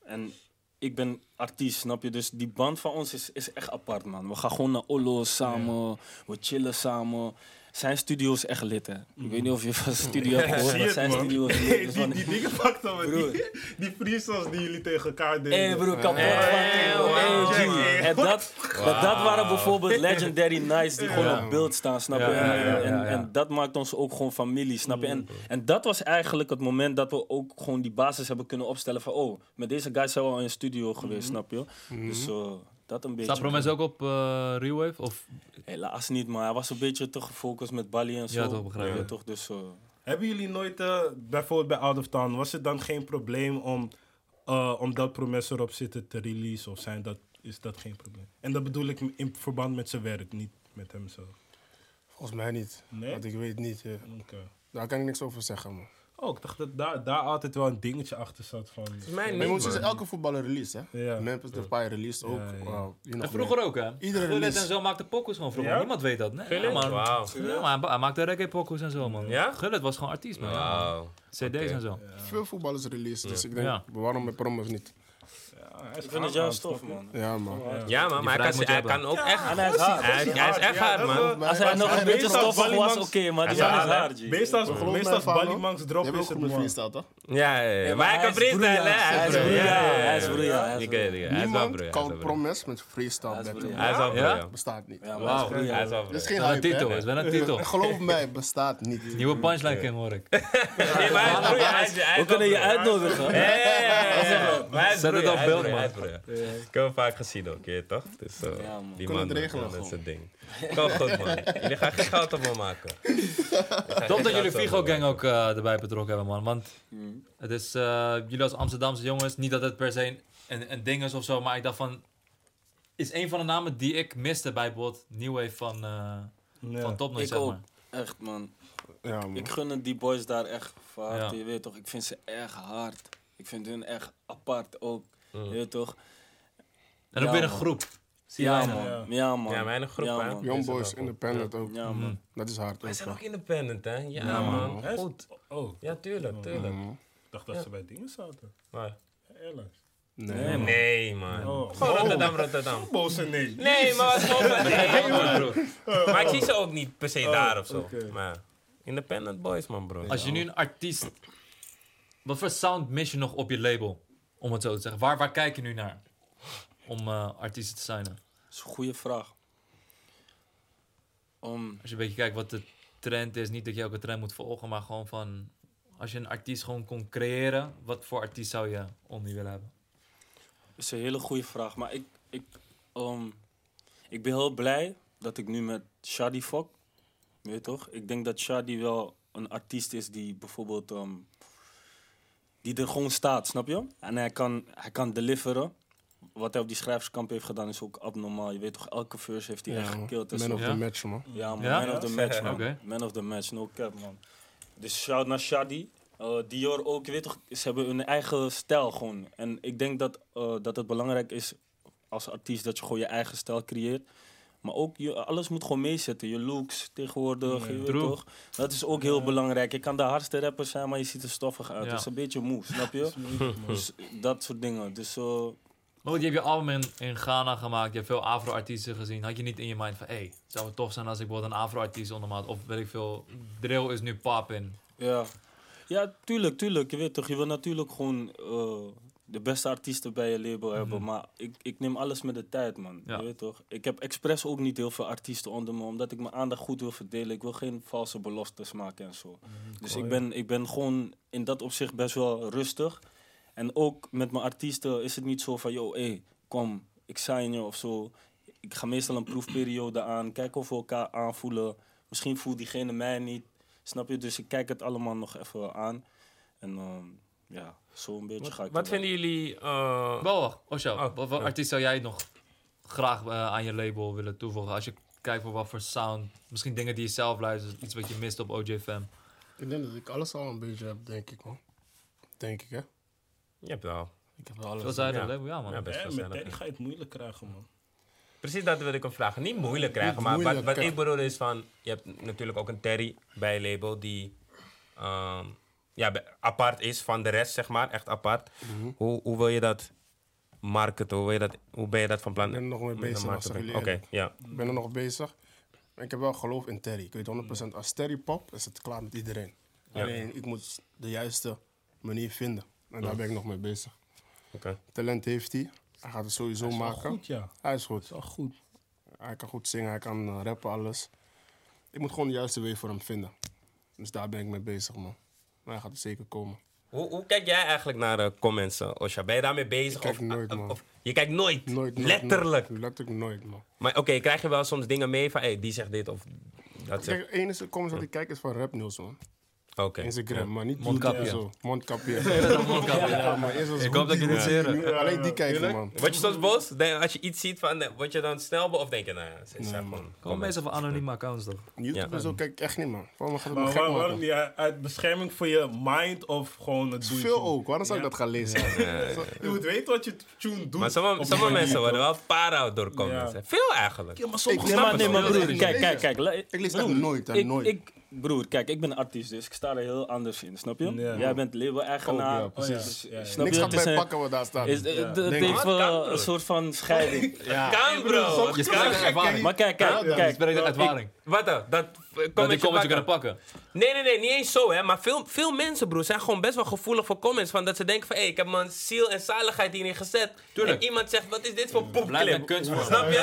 En ik ben artiest, snap je? Dus die band van ons is, is echt apart, man. We gaan gewoon naar Ollo samen. We chillen samen. Zijn studio is echt lit, hè? Ik weet niet of je van studio hebt gehoord,
Zie
maar
het,
zijn
man.
studio is
Hey,
lit.
die, die dingen pakt dan met
Broer.
die, die freestyles die jullie tegen elkaar deden.
Hé broer, kapot
Hey,
van
wow.
Hey, G.
Wow.
En dat, maar dat waren bijvoorbeeld legendary nights die gewoon op beeld staan, snap je?
Ja, ja, ja, ja,
En, en,
ja.
en dat maakt ons ook gewoon familie, snap je? En, en dat was eigenlijk het moment dat we ook gewoon die basis hebben kunnen opstellen van... Oh, met deze guys zijn we al in de studio geweest, snap je? Dus eh, dat een beetje.
Staat Promes ook op eh Rewave? Of
Helaas niet, maar hij was een beetje te gefocust met Bali en zo.
Ja, toch, begrijp
Ja,
ik.
toch, dus... eh,
Hebben jullie nooit, eh, bijvoorbeeld bij Out of Town, was het dan geen probleem om, eh om dat promes erop zitten te releasen? Of zijn dat, is dat geen probleem? En dat bedoel ik in verband met zijn werk, niet met hem zelf.
Volgens mij niet.
Nee?
Want ik weet niet. ja.
Oké.
Daar kan ik niks over zeggen, man.
Oh, ik dacht dat daar, daar altijd wel een dingetje achter zat van...
Mijn
Maar je moet
niet,
zeggen,
man.
elke voetballer release, hè?
Ja.
Memphis Depay released ook. eh,
Ja, ja.
Wauw, hier nog
en
meer.
vroeger ook, hè?
Iedere
Gullit
release.
en zo maakte pokus gewoon vroeger.
Ja?
Niemand weet dat. Nee,
Gullit?
man.
Wauw.
Ja, maar hij- hij maakte reggae pokus en zo, man.
Ja?
Gullit was gewoon artiest, man. Ja, man.
Wauw.
CD's en zo.
Veel voetballers released, dus ik denk,
Ja.
waarom met Promos niet?
ik vind het juist tof, man.
Ja, man.
Ja, man, maar hij
vrijheid
kan,
moet je
hij kan ook
hebben.
echt...
En hij is hard.
Hij, hij is echt hard, man.
Als hij nog een beetje
meestal
stoffig
Bali
was, oké,
Max-
maar die
Ja,
man is
hij-
hard, G.
Meestal, meestal als Bali Mangs drop
Je
is
hebt ook
het
goed met
man.
freestyle, toch?
Ja, ja, ja.
Ja,
Maar hij kan freestylen, hè?
broeia. Hij is
broeia.
broeia.
Ja, ja, ja.
Hij is broeia. Hij is
Ik weet
broeia.
het, ja. Hij is wel broer.
Niemand kan Promes met freestyle
is
battle.
broer.
Hij is wel broer,
Ja?
ja.
Bestaat niet.
Ja, maar hij is
Wauw.
broeia.
Hij is wel
Dat is
broer.
geen
Wel een
hype,
titel, is
hè?
wel een titel.
Geloof mij, bestaat niet.
Nieuwe punchline king hoor ik.
Nee, maar hij is broer, hij is- hij is
We kunnen je
wel broer.
uitnodigen.
Ja, ja, ja, ja, ja. Maar hij is
Zet het
broer,
op
hij is
beeld,
broer,
man.
hij is broer. Ik heb hem vaak gezien ook, je weet toch? Dus, eh,
Ja, man.
Die
Kunnen
man,
het regelen
man, dat is het
gewoon.
ding. Kan goed, man. Jullie gaan geen goud op me maken.
Top dat jullie
wel
Vigo Gang
werken.
ook eh, erbij betrokken hebben, man. Want
Hmm.
het is, eh, jullie als Amsterdamse jongens, niet dat het per se een- een, een ding is of zo, maar ik dacht van, is een van de namen die ik miste bij bijvoorbeeld New Wave van, eh van Topnotch,
Ik
zeg
ook.
maar.
Echt, man.
Ja, man.
Ik gun het die boys daar echt van harte,
Ja.
Je weet toch, ik vind ze echt hard. Ik vind hun echt apart ook. Je weet toch?
En ook
Ja,
weer een
man.
groep. Zie
Ja,
je
man. Ja, man.
Ja, mijn groep,
Ja,
hè.
man.
Young Boys, Independent ook. Mm.
Ja, man.
Dat is hard.
Wij
ook,
zijn ook
man.
independent, hè? Ja, man.
Hij is-
Goed.
Oh, ik
Ja, tuurlijk, tuurlijk.
Mm.
dacht dat ze bij dingen zaten.
Maar-
Airlines.
Nee, man.
Nee, man.
Oh.
Gewoon Rotterdam, Rotterdam.
Boze nee.
Nee, maar wat voor nee, man, broer. Maar ik zie ze ook niet per se daar of zo. Maar independent boys, man, bro.
Oh, Als je nu een artiest, wat voor sound mis je nog op je label? Om het zo te zeggen. Waar, waar kijk je nu naar? Om eh, artiesten te signen.
Dat is een goede vraag. Om,
Als je een beetje kijkt wat de trend is, niet dat je elke trend moet volgen, maar gewoon van als je een artiest gewoon kon creëren, wat voor artiest zou je onder je willen hebben?
is een hele goede vraag. Maar ik, ik, om, ik ben heel blij dat ik nu met Shadi fok. Weet je toch? Ik denk dat Shadi wel een artiest is die bijvoorbeeld... ehm, die er gewoon staat, snap je? En hij kan, hij kan deliveren. Wat hij op die schrijverskamp heeft gedaan is ook abnormaal. Je weet toch, elke verse heeft hij echt
man.
gekild. en zo.
Man of
Ja.
the match, man.
Ja, man.
Ja?
Man of the match, man.
Oké.
Man of the match, no cap, man. Dus shout naar Shadi. Eh, Dior ook, je weet toch, ze hebben hun eigen stijl gewoon. En ik denk dat, eh, dat het belangrijk is als artiest dat je gewoon je eigen stijl creëert. Maar ook, je, alles moet gewoon meezetten. Je looks tegenwoordig, je weet
Mm. True.
toch. Dat is ook heel belangrijk. Je kan de hardste rapper zijn, maar je ziet er stoffig uit.
Ja.
Dat is een beetje moe, snap je? dus dat soort dingen. Dus eh,
Maar goed, je hebt je album in, in Ghana gemaakt, je hebt veel Afro-artiesten gezien. Had je niet in je mind van, hé, hey, zou het tof zijn als ik bijvoorbeeld een Afro-artiest ondermaat? Of weet ik veel, drill is nu pop in.
Ja. ja, tuurlijk, tuurlijk. Je weet toch, je wil natuurlijk gewoon eh, de beste artiesten bij je label hebben. Maar ik, ik neem alles met de tijd, man.
Ja.
Je weet toch. Ik heb expres ook niet heel veel artiesten onder me, omdat ik mijn aandacht goed wil verdelen. Ik wil geen valse beloftes maken en zo. dus ik ben, ik ben gewoon in dat opzicht best wel rustig. En ook met mijn artiesten is het niet zo van, yo, hé, kom, ik sign je of zo. Ik ga meestal een proefperiode aan, kijken of we elkaar aanvoelen. Misschien voelt diegene mij niet, snap je? Dus ik kijk het allemaal nog even aan. En ehm, Ja, zo'n beetje ga ik
Wat
ernaar.
vinden jullie... eh,
Wel, wacht. Osho,
Oh,
wat voor
ja.
artiest zou jij nog graag eh, aan je label willen toevoegen? Als je kijkt voor wat voor sound. Misschien dingen die je zelf luistert. Iets wat je mist op OJFM.
Ik denk dat ik alles al een beetje heb, denk ik, man. Denk ik, hè?
Je hebt wel.
Ik heb wel alles.
Veel zei
ja.
dat label? Ja, man.
Ja, best
Ja,
wel
met
snel.
Teddy ga je het moeilijk krijgen, man.
Precies dat wil ik hem vragen. Niet moeilijk krijgen,
Niet
maar
moeilijk
wat, wat ik
krijgen.
bedoel is van... Je hebt natuurlijk ook een Terry bij label die... ehm, ja, be- apart is van de rest, zeg maar. Echt apart.
Mhm.
hoe, hoe wil je dat marketen? Hoe, wil je dat, hoe ben je dat van plan?
Ik ben er nog mee
om
bezig,
naar
als
te
ik
brengen?
jullie
Oké, ja.
Ik ben er nog bezig. Maar Ik heb wel geloof in Terry. Ik weet 100% als Terry pop is het klaar met iedereen. Alleen ik moet de juiste manier vinden. En daar ben ik nog mee bezig.
oké.
Talent heeft hij. Hij gaat het sowieso maken.
Goed, ja.
Hij is goed. Al goed. Hij kan goed zingen, hij kan eh, rappen, alles. Ik moet gewoon de juiste weg voor hem vinden. Dus daar ben ik mee bezig, man. Maar hij gaat er zeker komen.
Hoe, hoe kijk jij eigenlijk naar de comments, eh, Osha? Ben je daarmee bezig?
kijk
of,
nooit, man.
je kijkt nooit.
Nooit, nooit
Letterlijk.
Nooit, letterlijk nooit, man.
Maar oké, krijg je wel soms dingen mee van... Hey, die zegt dit of dat
Kijk,
zegt...
het enige comments dat ik kijk is van rap nieuws, man.
Oké.
Instagram, maar niet
Mondkapje.
YouTube en zo. Mondkapje. ja, maar eerst was
Ik
goed
hoop dat ik
die-
je niet zeer.
Ja, Alleen die kijken, man.
Word je soms boos? Denk- Als je iets ziet, van, eh, word je dan snel boos? Of denk je, nou ja, ze is
Nee,
gewoon...
man.
Gewoon meestal van anonieme accounts toch?
YouTube
Ja.
en zo kijk ik echt niet, man. Waarom gaat het me
Maar
gek
waarom, waarom
maken?
niet? Uit- Uit bescherming voor je mind of gewoon het doe je
Veel
gewoon?
ook, waarom zou ik dat gaan lezen? Zo-
Je moet weten wat je tune doet.
Maar sommige, sommige
op die manier.
mensen worden wel para door comments.
Ja.
hè. Veel eigenlijk.
Ja, maar sommige
Ik-
Nee, maar,
Snap
nee,
het
maar
wel.
broer,
Ik-
kijk,
ik-
kijk, kijk. la-
Ik lees dat
broer,
nooit, hè,
ik-
nooit.
Ik, broer, kijk, ik ben een artiest, dus ik sta er heel anders in, snap je?
Ja.
Jij bent label-eigenaar.
Ook, ja, precies.
dus-
Ja, ja, ja.
Snap
Niks
je?
gaat
Het is
mij
een-
pakken wat daar staat.
is- eh, de- Het
Denk
heeft
ik.
wel
Wat kan, broer?
een soort van scheiding.
Dat kan, bro.
Je
Dat
spreekt
kan.
uit ervaring. dus
Maar kijk, kijk,
Je
kijk.
spreekt uit ervaring.
Wat dan? Dat eh,
Dat die
comments
comments je
pakken.
kunnen pakken.
Nee, nee, nee, niet eens zo, hè. Maar veel, veel mensen, broer, zijn gewoon best wel gevoelig voor comments. Van dat ze denken van, hé, ik heb mijn ziel en zaligheid hierin gezet.
Tuurlijk.
En iemand zegt, wat is dit voor
Blijf een
popclip?
kunstvorm.
Snap je?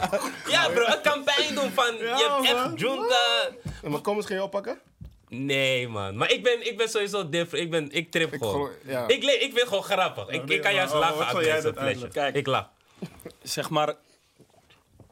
ja, bro, het kan pijn doen van, je hebt echt junta...
En mijn comments ga je oppakken?
Nee, man. Maar ik ben, ik ben sowieso different. Ik, ben, ik trip
Ik
gewoon.
geloof- ja.
Ik, le- ik vind gewoon grappig. Ik, ik kan juist
maar,
lachen
oh, wat
aan
zou jij
deze
dat
flesje.
uitleggen?
Kijk.
Ik lach.
zeg maar,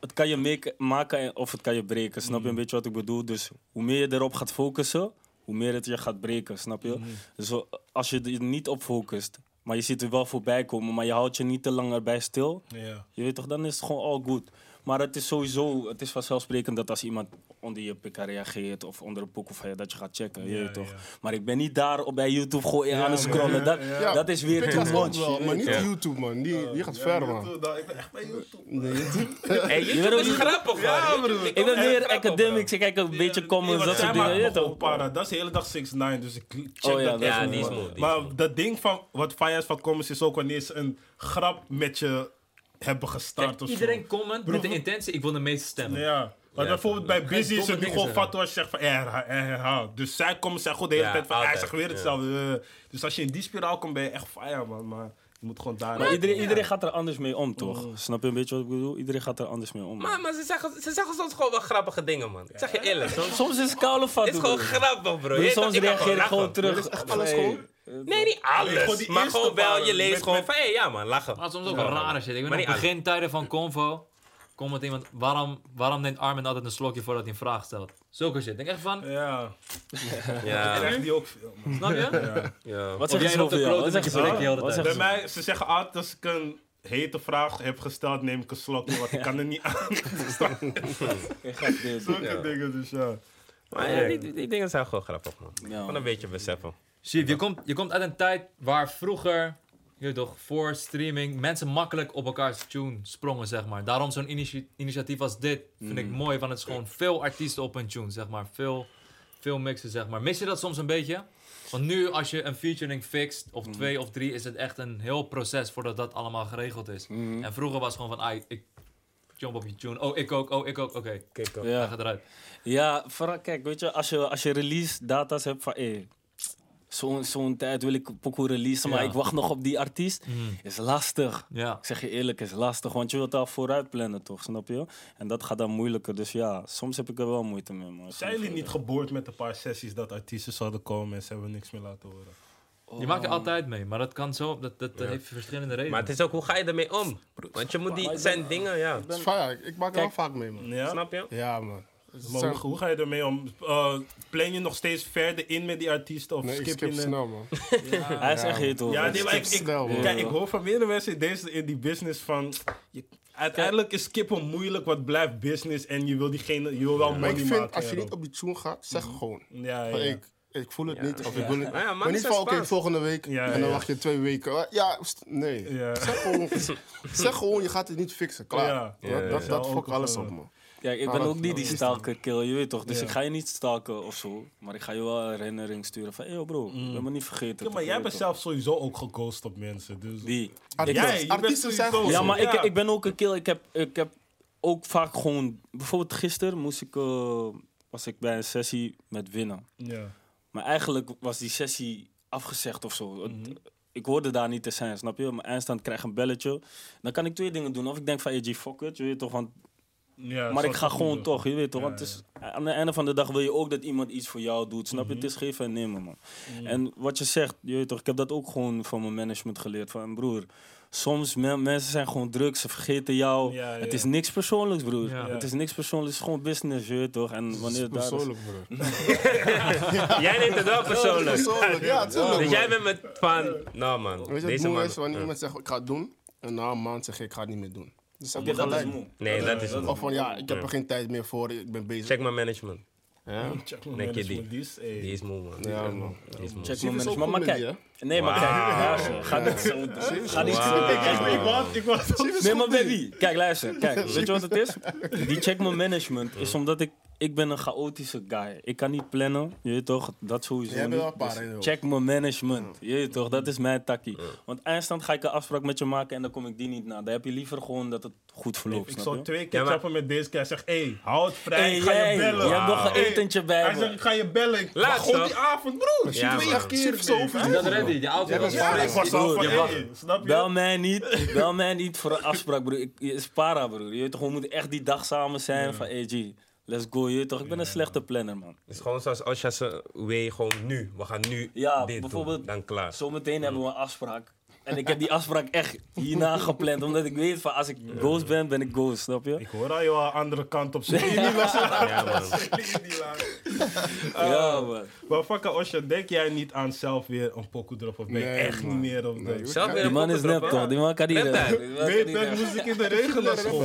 het kan je make- maken en- of het kan je breken. Snap je een beetje wat ik bedoel? Dus hoe meer je erop gaat focussen, hoe meer het je gaat breken. Snap je? Dus wel, als je er niet op focust, maar je ziet er wel voorbij komen, maar je houdt je niet te lang erbij stil.
Ja.
Je weet toch, dan is het gewoon all good. Maar het is sowieso, het is vanzelfsprekend dat als iemand onder je pika reageert of onder een poek of eh, dat je gaat checken, je weet toch.
ja.
Maar ik ben niet daar op bij YouTube gewoon aan het scrollen. Dat,
Ja.
dat is weer
Pictures
too
ook
much.
wel,
je
maar
weet
niet
toch.
YouTube, man. Die, die gaat ver, man.
Ik ben echt bij YouTube.
Hey, YouTube
bent
is
ook-
grappig, man. YouTube-
Ik ben
echt
meer
grappig,
academics, ik kijk een
eh,
beetje
Nee,
comments,
want
dat
zij
soort dingen.
maakt
je weet
me
toch?
gewoon para. Dat is de hele dag 6 9 dus ik check
Oh ja,
dat
dat is
echt
Ja,
mooi.
die is
niet.
mooi. die is mooi.
Maar dat ding van wat Fires van comments is ook wanneer ze een grap met je hebben gestart of zo.
Iedereen comment met de
Broer,
intentie, ik wil de meeste stemmen.
Ja. Maar bijvoorbeeld bij Busy is
domme
het nu
dingen
gewoon fatwa als je zegt van eh, herhaal, eh, herhaal. Dus zij komen zeggen goed de hele
Ja,
tijd van hij
altijd.
zegt weer hetzelfde. eh. Dus als je in die spiraal komt ben je echt fire man. Maar je moet gewoon daar...
Maar iedereen, iedereen gaat er anders mee om, toch? Snap je een beetje wat ik bedoel? Iedereen gaat er anders mee om.
Oh. Maar, maar ze, zeggen, ze zeggen soms gewoon wel grappige dingen, man. Ik zeg je eerlijk. Soms
Soms is het koude vat.
het is gewoon grappig, bro. Je
Dus
weet
soms
toch, ik kan
reageer ik gewoon
lachen.
terug.
alles
Nee.
gewoon?
Nee, niet
Nee, gewoon
alles.
die
Maar
eerste
gewoon wel, je
waren
leest
met-
gewoon
met-
van, hé, ja, man, lachen.
Maar soms ook wel rare shit. Ik weet
Maar
nog,
niet
begintijden van Convo. Komt met iemand, waarom, waarom neemt Armin altijd een slokje voordat hij een vraag stelt? Zulke shit. Denk echt van,
Ja,
Ja.
krijg die ook veel man.
snap je?
Ja.
Wat
Of
zeg je
jij op
zo
de
jou? Wat
klote met
zeg
je
je zo?
blik de hele
Wat
tijd.
zeg
Bij
je?
mij, ze zeggen altijd als ik een hete vraag heb gesteld neem ik een slokje. Want ik kan er niet aan. Zulke dingen dus ja.
Maar ja, die, die- die dingen zijn gewoon grappig, man.
Ja.
Gewoon een beetje beseffen.
Chief, je komt, je komt uit een tijd waar vroeger, je weet toch, voor streaming, mensen makkelijk op elkaars tune sprongen, zeg maar. Daarom zo'n initi- initiatief als dit vind ik mooi, want het is gewoon veel artiesten op een tune, zeg maar. Veel, veel mixen, zeg maar. Mis je dat soms een beetje? Want nu, als je een featuring fixt, of twee of drie, is het echt een heel proces voordat dat allemaal geregeld is. En vroeger was het gewoon van, ah, ik jump op je tune. Oh, ik ook, oh, ik ook, oké.
Kijk
Ja.
Hij gaat eruit.
Ja, vooral, kijk, weet je, als je, als je release data's hebt van, hé, zo'n zo'n tijd wil ik een pokoe releasen, maar
Ja.
ik wacht nog op die artiest,
Mm.
is lastig.
Ja.
Ik zeg je eerlijk, is lastig, want je wilt al vooruit plannen, toch? Snap je? En dat gaat dan moeilijker, dus ja, soms heb ik er wel moeite mee, man.
Zijn jullie niet geboord met een paar sessies dat artiesten zouden komen en ze hebben niks meer laten horen?
Je maakt er altijd mee, maar dat kan zo, dat, dat dat heeft verschillende redenen.
Maar het is ook, hoe ga je ermee om? Want je moet die, zijn dingen, ja.
Het is fire. Ik- Ik maak er wel vaak mee, man.
Ja?
Snap je?
Ja, man.
Maar
zijn-
hoe, hoe ga je ermee om? Eh, plan je nog steeds verder in met die artiesten of
Nee, ik
skip
skip
je het?
snel, man.
Hij is echt heet hoor.
Ja, nee, maar ik, ik,
snel, man.
kijk, ik hoor van meerdere mensen in, deze, in die business van... je- uiteindelijk is skippen moeilijk, wat blijft business en je wil diegene... Je wil wel
Maar ik
money
vind,
maken.
als je
erop.
niet op die tune gaat, zeg gewoon.
Mm. Ja, ja.
Van,
ja.
Ik, ik voel het niet, of ik wil het
Maar ja,
maar
mannen
niet
zijn
van, oké,
spaars.
volgende week.
Ja,
en dan
ja.
wacht je twee weken. Ja, st- nee.
Ja.
Zeg, gewoon, zeg gewoon, je gaat het niet fixen. Klaar.
Ja.
Dat, dat,
ja.
dat
Ja,
fokt
ook
alles
wel.
op, man.
Kijk, ik
Maar
ben
dat-
ook niet
dat
die
is
stalker kill, je weet toch. Dus
Ja.
ik ga je niet stalken of zo. Maar ik ga je wel een herinnering sturen van, hé hey, bro, ik ben me niet vergeten.
Mm. Ja, maar
toch, je
jij
weet
bent
toch.
zelf sowieso ook geghost op mensen. Dus
Die.
Artiesten-
Ik-
Jij, je bent
artiesten zijn
sowieso-
gewoon
Ja,
zo.
maar
Ja.
Ik, ik ben ook een kill. Ik heb, ik heb ook vaak gewoon... Bijvoorbeeld gisteren moest ik, eh, was ik bij een sessie met winnen.
ja.
Maar eigenlijk was die sessie afgezegd of zo. Het- Ik hoorde daar niet te zijn, snap je? Maar eindstand krijg een belletje. Dan kan ik twee dingen doen. Of ik denk van, hey, G, fuck it, je weet toch. Want,
Ja,
maar
zo
ik ga
is het
gewoon
ook.
toch, je weet toch.
Ja, Mhm.
want het is, aan het einde van de dag wil je ook dat iemand iets voor jou doet, snap je? Het is geven en nemen, man. En wat je zegt, je weet toch, ik heb dat ook gewoon van mijn management geleerd. Van, broer, soms me- mensen zijn gewoon druk, ze vergeten jou.
Ja, ja.
Het is niks persoonlijks, broer.
Ja.
Het is niks persoonlijks, het is gewoon business, je weet toch. En wanneer het daar is-
Persoonlijk, broer.
Jij neemt het wel persoonlijk.
Persoonlijk, ja, tuurlijk.
Dus
man.
jij bent met van, nou man,
Weet je, het
deze
moe
man.
is wanneer iemand zegt, ik ga het doen. En na een maand zeg ik, ik ga het niet meer doen. Dus heb
Ja,
je
dat is
gelijk.
moe.
Nee, dat is
Of
het.
van, ja, ik heb er geen tijd meer voor, ik ben bezig.
Check mijn management.
Ja,
Check mijn
Nee,
management,
kiddie.
die is, hey.
Die is moe man.
ja man.
Die is moe.
Check
Chief
mijn
is
management.
ook
Maar
comedy,
kijk, nee, maar
Wauw.
kijk, ja, ga niet zo doen. Ga niet zo
Wauw.
doen. Kijk, ik wou-
Ik was
Nee, maar baby, kijk, luister. Kijk, weet je wat het is? Die check mijn management is omdat ik... Ik ben een chaotische guy. Ik kan niet plannen, je weet toch? Dat sowieso
Jij
niet.
bent
Dus
wel een paar, hè, joh.
check mijn management, je weet toch? Dat is mijn takkie. Want eindstand ga ik een afspraak met je maken en dan kom ik die niet na. Dan heb je liever gewoon dat het goed verloopt,
Ik
snap
zal
je?
twee keer
Ja, maar-
chappen met deze keer. Hij zegt, hé, hey, hou het vrij,
Hey,
ik ga
jij,
je bellen.
je hebt nog een
Hey,
etentje bij
Hij
me.
zegt, ik ga je bellen. Ik
Laat
maar gewoon
toch?
die avond, broer.
Ja,
Ja,
man.
twee keer
Chief is zo
neef.
over.
Dat ready, die auto was
Ja, ik was al van,
Je
hey, snap je?
Bel mij niet, bel mij niet voor een afspraak, broer. Ik, je is para, broer. Je weet toch, we moeten echt die dag samen zijn van, hey, G, let's go, je weet toch. Ik ben een slechte planner, man.
Het is gewoon zoals Osha ze way gewoon nu. We gaan nu
Ja,
dit
bijvoorbeeld-
doen. Dan klaar.
Zometeen hebben we een afspraak. En ik heb die afspraak echt hierna gepland, omdat ik weet van, als ik
Eh.
ghost ben, ben ik ghost, snap je?
Oh.
Ik hoor al jouw andere kant op zijn.
Ja man.
Ja, man.
Maar fucking Osha, denk jij niet aan zelf weer een pokoe erop? Of ben je
Nee,
echt
man.
niet meer op dat?
Zelf weer
Die
een
man is
poppen
nep,
trappen.
toch? Die man kan niet.
Nep, hè?
rappen. Die man
Nee,
kan niet
dat
rappen.
moest ik in de regelen school.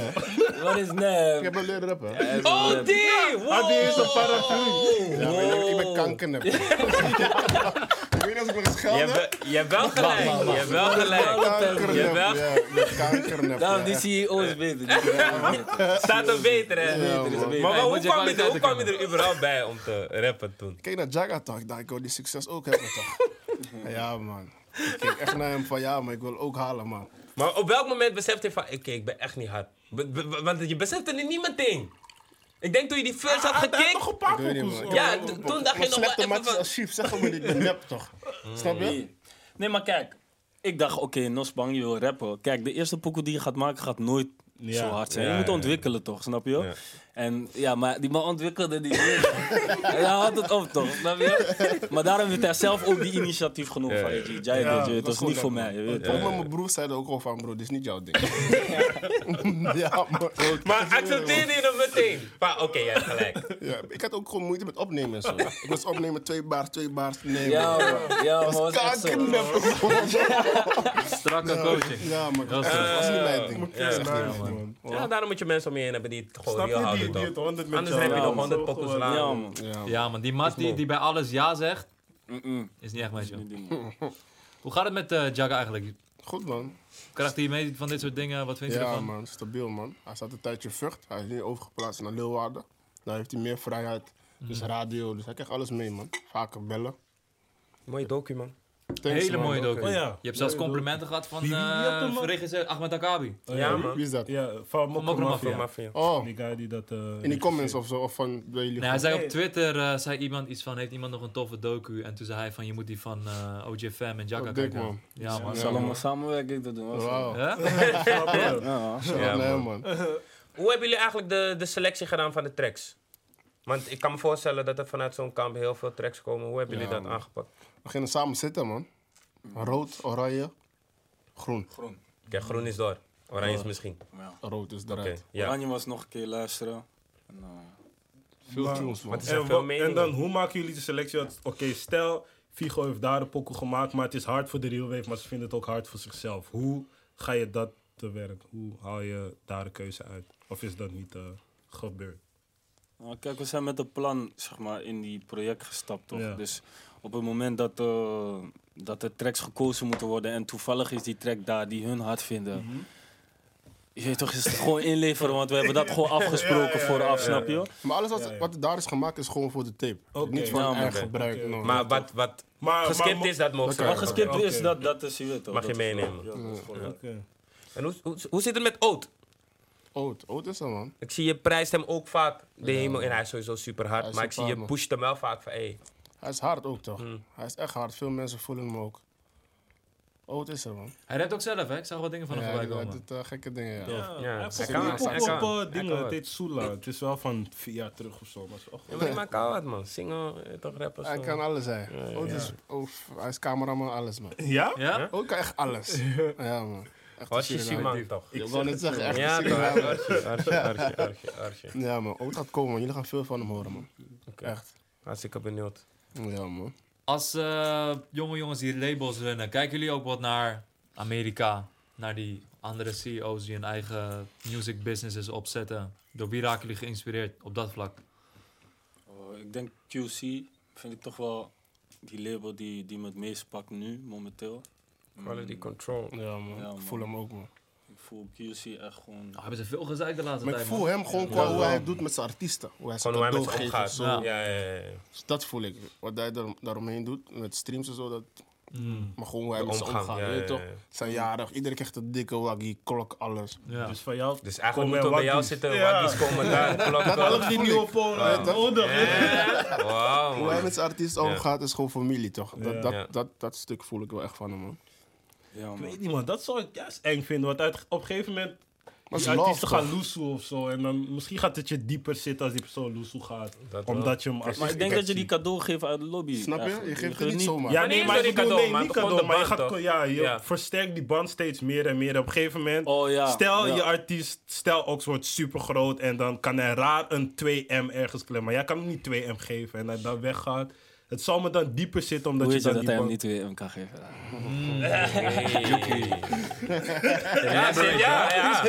Die man is
Ik
nep.
heb een leren rappen.
Hij is
Oh
nep.
die!
Ah, die is
Wow!
een paraplu.
Ja, maar ik, ik ben kanker. heb. ik weet niet als ik me
Je
geschelden
hebt
heb.
wel- je hebt wel gelijk. Je hebt wel gelijk.
Kanker.
Je
heb,
wel-
Ja, ik ben kanker. heb,
Daarom, die
ja.
CEO is beter. Die CEO is beter.
Staat er beter hè.
Ja, man.
Maar
Hij
hoe
moet je
kwam je er-
kwaliteiten
hoe kwam je
kennen.
er überhaupt bij om te rappen toen?
Kijk naar Jaga toch. Ik dacht, ik wil die succes ook hebben toch. Ja, man. Ik keek echt naar hem van ja, maar ik wil ook halen, man.
Maar op welk moment besefte je van, oké, ik ben echt niet hard. Be- be- be- want je besefte het niet meteen. Ik denk toen je die first had
Nog
gekikt.
een paar
Ik weet niet, man.
pokoes.
Ik
Ja,
heb-
t- toen dacht je
Mijn
nog wel
slechte
even
matjes
van...
als chief. Zeg gewoon niet, ik ben nep toch. Snap je?
Nee. Nee, maar kijk. Ik dacht, oké, Nosbang, je wil rappen. Kijk, de eerste pokoe die je gaat maken gaat nooit zo hard zijn.
Ja,
je moet
ja, ja.
ontwikkelen, toch? Snap je? En ja, maar die man ontwikkelde die Hij had het op, toch? Snap je? Maar daarom heeft hij zelf ook die initiatief genomen van, hey, G, jij
Ja,
dit, je weet,
dat
dat
is
is
goed,
niet
dat
voor
man.
mij. Je weet,
Ook maar mijn broer zei er ook al van, bro, dit is niet jouw ding. ja, man.
Maar accepteerde je het meteen? Van, oké, jij hebt gelijk.
Ja, ik had ook gewoon moeite met opnemen en zo. ik moest opnemen, twee baars, twee baars nemen.
Ja, man. Ja, man.
Dat was
was echt zo.
kakkennep.
strakke coaching.
Ja, man. Dat was niet mijn ding. Dat is echt niet mijn ding.
Ja, daarom moet je mensen om je heen hebben die het gewoon
Snap
heel
je die,
houden
die het
toch?
100 met
Anders
jou
heb je
doet?
nog 100
Zo
pokkels
gewoon.
Ja,
later.
man.
Ja, man, die Mat die, die bij alles ja zegt, is niet echt met je.
Die man.
Hoe gaat het met eh Jagga eigenlijk?
Goed, man.
Krijgt hij mee van dit soort dingen? Wat vind je
Ja,
ervan?
man. Stabiel, man. Hij zat een tijdje in Vught. Hij is nu overgeplaatst naar Leeuwarden. Daar heeft hij meer vrijheid. Dus radio. Dus hij krijgt alles mee, man. Vaker bellen.
Mooi docu, man.
Thanks,
Hele
man.
mooie docu.
Oh
Je
ja.
hebt zelfs complimenten gehad van
Wie- wie had hem,
eh,
man?
regisseur Ahmed Akabi.
Ja, man.
Wie is dat?
Ja, van Mokro
Mokro
Mafia.
Mafia.
Mafia.
Oh,
Die guy die dat... eh,
in die
regisseert.
comments of zo. Of van bij jullie.
Nee, hij
groep.
zei op Twitter, eh, zei iemand iets van, heeft iemand nog een toffe docu? En toen zei hij van, je moet die van eh OJ Fam en Jagga
Wat dik,
kijken.
man.
Ja, man.
Zal allemaal samenwerking te doen. hoor.
Wauw.
Hè?
Ja, man.
Ja, nee, man.
Hoe hebben jullie eigenlijk de, de selectie gedaan van de tracks? Want ik kan me voorstellen dat er vanuit zo'n kamp heel veel tracks komen. Hoe hebben jullie dat aangepakt?
We gingen samen zitten, man. Rood, oranje, groen.
Oké, groen is door. Oranje is misschien.
Rood is
Oké,
eruit.
ja.
Oranje was nog een keer luisteren. En, eh,
Veel tunes, man. Het is
En,
veel
wa-
meningen.
en dan, hoe maken jullie de selectie? dat- Oké, stel, Figo heeft daar een pokoe gemaakt, maar het is hard voor de Real Wave, maar ze vinden het ook hard voor zichzelf. Hoe ga je dat te werk? Hoe haal je daar de keuze uit? Of is dat niet eh, gebeurd?
Nou, kijk, we zijn met een plan zeg maar, in die project gestapt, toch?
Ja.
Dus op het moment dat, eh, dat er tracks gekozen moeten worden en toevallig is die track daar die hun hard vinden. Je weet toch, is het gewoon inleveren, want we hebben dat gewoon afgesproken vooraf, snap je?
Maar alles wat, wat er daar is gemaakt is gewoon voor de tape. Niet voor
Ja,
hun
maar-
eigen gebruik. no.
Maar wat, wat
Maar-
geskipt
maar-
is, dat mogen ze
Wat
wel.
Wat geskipt
Oké.
is, dat, dat is, je weet toch.
Mag
dat
je
is gewoon-
meenemen.
ja, dat is gewoon-
En hoe, hoe, hoe zit het met Oud?
Oud, oud is dat, man.
Ik zie je prijst hem ook vaak de hemel in. Hij is sowieso super hard.
Hij is
maar ik zie
super
je
hard,
pusht hem wel vaak van hey.
Hij is hard ook, toch? Hij is echt hard. Veel mensen voelen hem ook. Oud is er, man.
Hij redt ook zelf, hè? Ik zag wat dingen van hem
Ja,
voorbij
hij
komen.
doet eh, gekke dingen,
Ja,
ja.
Hij
hij
heeft
kan
ook
wat, hij
een
kan
pop
wat. Hij
op dingen.
kan
Het
wat.
heet Sula. Het is wel van vier jaar terug of zo. Maar het is echt
Ja, maar die maakt al wat, man. Single, eh, toch rappers.
Hij
eh.
kan alles, hij. Oud is, oef, hij is cameraman, alles, man.
Ja?
Ja?
Oud kan echt alles. Ja, man. Echt
Was je
een
zie,
serieuze-
man, toch?
Ik wil net zeggen, echt
Ja,
een
toch.
serieuze-
Arsje, Arsje, Arsje, Arsje, Arsje.
Ja, man. Oud gaat komen, man. Jullie gaan veel van hem horen, man.
Oké.
Echt.
Hartstikke benieuwd.
Ja, man.
Als eh, jonge jongens die labels runnen, kijken jullie ook wat naar Amerika? Naar die andere CEO's die hun eigen music businesses opzetten? Door wie raken jullie geïnspireerd op dat vlak?
Oh, ik denk QC vind ik toch wel die label die, die me het meest pakt nu, momenteel.
Quality control.
Mm. Ja, man.
Ja, man.
Ik voel hem ook, man.
Ik voel QC echt gewoon...
Nou, hebben ze veel gezeikt de laatste
Maar ik
tijd,
voel
man.
hem gewoon qua hoe hij het doet met zijn artiesten. Hoe hij ze
Gewoon hoe hij met
cadeau
ze
geeft
omgaat.
en zo.
Ja, ja, ja. ja.
Dus dat voel ik. Wat hij daar, daaromheen doet, met streams en zo. Dat, Maar gewoon hoe hij
De
met ze
omgang,
omgaat,
ja,
weet je
ja,
toch?
ja.
Zijn jarig, iedereen krijgt een dikke waggie, klok, alles.
Ja.
Dus van jou.
Dus eigenlijk moeten we
Komen
bij jou
waggies.
zitten.
Ja.
Waggies komen daar.
Dat
Klokken.
alles niet nieuw op
Ja. Nodig.
Wow,
Hoe hij
man.
met zijn artiesten omgaat, is gewoon familie, toch? Dat, dat,
Ja.
dat, dat, stuk voel ik wel echt van hem, man.
Ja,
Ik
man.
weet niet, man. Dat zou ik juist eng vinden. Want uit, op een gegeven moment.
Maar
Die
ze love,
artiesten
toch?
gaan loesoe of zo. En dan misschien gaat het je dieper zitten als die persoon loesoe gaat.
Dat wel.
omdat je hem als.
Maar ik denk dat je die cadeau geeft uit de lobby.
Snap je? Je
eigenlijk.
geeft het niet
niet-
zomaar.
Ja,
Wanneer
nee,
is
maar
dat
ik
een
bedoel,
cadeau,
nee,
maar
niet
gewoon
cadeau,
de
maar je
band,
gaat,
toch?
ja, je
Ja.
versterkt die band steeds meer en meer. Op een gegeven moment,
Oh, ja.
stel
Ja.
je artiest, stel Ox wordt super groot en dan kan hij raar een 2M ergens klemmen. Maar jij kan hem niet 2M geven en hij dan weggaat. Het zal me dan dieper zitten omdat
Hoe
je
is
dan
het dat
die
hij hem niet weer
band-
kan geven?
Hey. Ja, zit- ja, ja.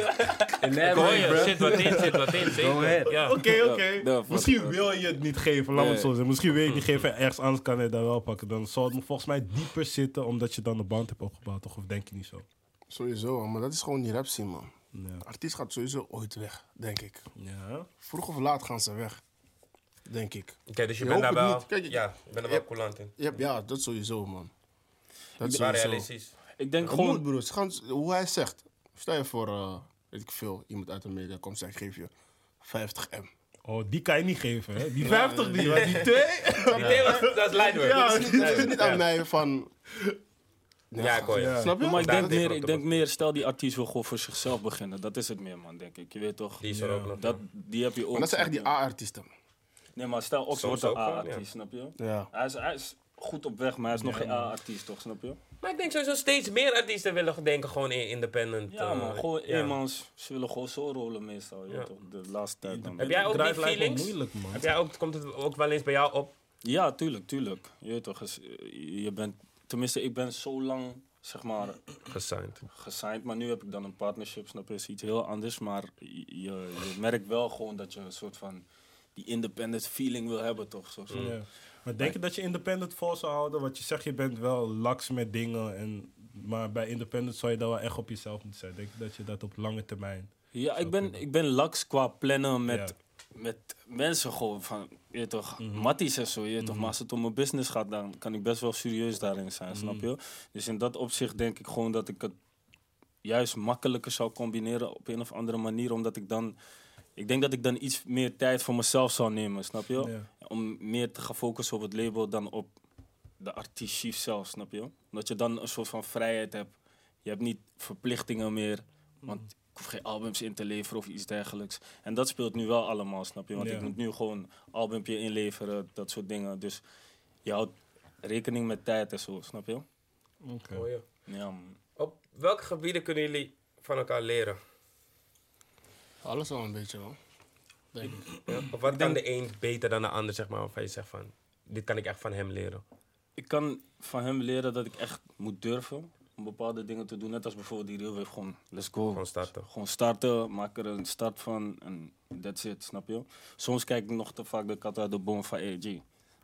Ik hoor je. Zit wat in, zit wat in. Zeker. Ja.
Oké, oké.
Ja, fuck
Misschien
it.
wil je het niet geven, laat me het zo
Nee.
zeggen. Misschien wil je het niet geven en ergens anders kan hij daar wel pakken. Dan zal het me volgens mij dieper zitten omdat je dan de band hebt opgebouwd, toch? Of denk je niet zo?
Sowieso, man. maar dat is gewoon die rap scene, man.
Ja.
Artiest gaat sowieso ooit weg, denk ik.
Ja.
Vroeg of laat gaan ze weg, denk ik.
Oké, dus je
Je
bent daar
hoopt het
wel.
niet. Kijk, je-
Ja, je bent er wel coulant in.
Ja, ja, dat sowieso, man. Dat
Maar
sowieso.
realistisch.
Ik denk
Gewoon,
gewoon...
moet, broer. Ze gaan- hoe hij zegt. Stel je voor, eh, weet ik veel, iemand uit Amerika komt zegt, ik geef je 50 M.
Oh, die kan je niet geven, hè? Die 50 niet, want die twee.
Die thee was- Dat is Lightwork.
Het is niet, het is niet aan mij van... Nee,
Ja, ik hoor je.
Snap je?
Maar ik
Daar
denk,
tegen
meer,
op
ik
de
denk
bot.
meer, stel die artiest wil gewoon voor zichzelf beginnen. Dat is het meer, man, denk ik. Je weet toch?
Die is er ook nog.
Dat, die heb je ook.
Maar dat zijn echt die
snap je?
A-artiesten.
Nee, maar stel, Ox
Soms
wordt een
ook wel, ja.
A-artiest, snap je?
Ja.
Hij is, hij is goed op weg, maar hij is nog geen A-artiest, toch? Snap je?
Maar ik denk sowieso steeds meer artiesten willen denken gewoon in independent.
Ja,
eh,
man. Gewoon
ja.
eenmans. Ze willen gewoon zo rollen meestal, je weet toch? De laatste tijd dan.
Heb jij ook die
Drive lijkt me
feelings?
moeilijk, man.
Heb jij ook, komt het ook wel eens bij jou op?
Ja, tuurlijk, tuurlijk. Je weet toch, is- je bent... Tenminste, ik ben zo lang, zeg maar,
Gesigned.
gesigned. Maar nu heb ik dan een partnership, snap je? Is iets heel anders. Maar je, je merkt wel gewoon dat je een soort van... Die independent feeling wil hebben, toch? Zo, zo.
Ja. Maar denk je dat je independent vol zou houden? Want je zegt, je bent wel laks met dingen. En, maar bij independent zou je daar wel echt op jezelf moeten zijn. Denk je dat je dat op lange termijn...
Ja, ik ben, ik ben laks qua plannen met, met mensen gewoon van, je weet toch, matties en zo, je weet toch. Maar als het om mijn business gaat, dan kan ik best wel serieus daarin zijn, snap je? Dus in dat opzicht denk ik gewoon dat ik het juist makkelijker zou combineren op een of andere manier, omdat ik dan... Ik denk dat ik dan iets meer tijd voor mezelf zou nemen, snap je?
Ja.
Om meer te gaan focussen op het label dan op de artiest chief zelf, snap je? Omdat je dan een soort van vrijheid hebt. Je hebt niet verplichtingen meer, want ik hoef geen albums in te leveren of iets dergelijks. En dat speelt nu wel allemaal, snap je? Want
Ja.
ik moet nu gewoon een albumpje inleveren, dat soort dingen. Dus je houdt rekening met tijd en zo, snap je?
Oké.
Mooi, ja.
Ja, man.
Op welke gebieden kunnen jullie van elkaar leren?
Alles wel een beetje, hoor. denk ik.
Of wat kan de een beter dan de ander, zeg maar, waarvan je zegt van... Dit kan ik echt van hem leren.
Ik kan van hem leren dat ik echt moet durven om bepaalde dingen te doen. Net als bijvoorbeeld die railway, gewoon let's go.
Gewoon starten.
Gewoon starten, maak er een start van en that's it, snap je? Soms kijk ik nog te vaak de kat uit de boom van AG.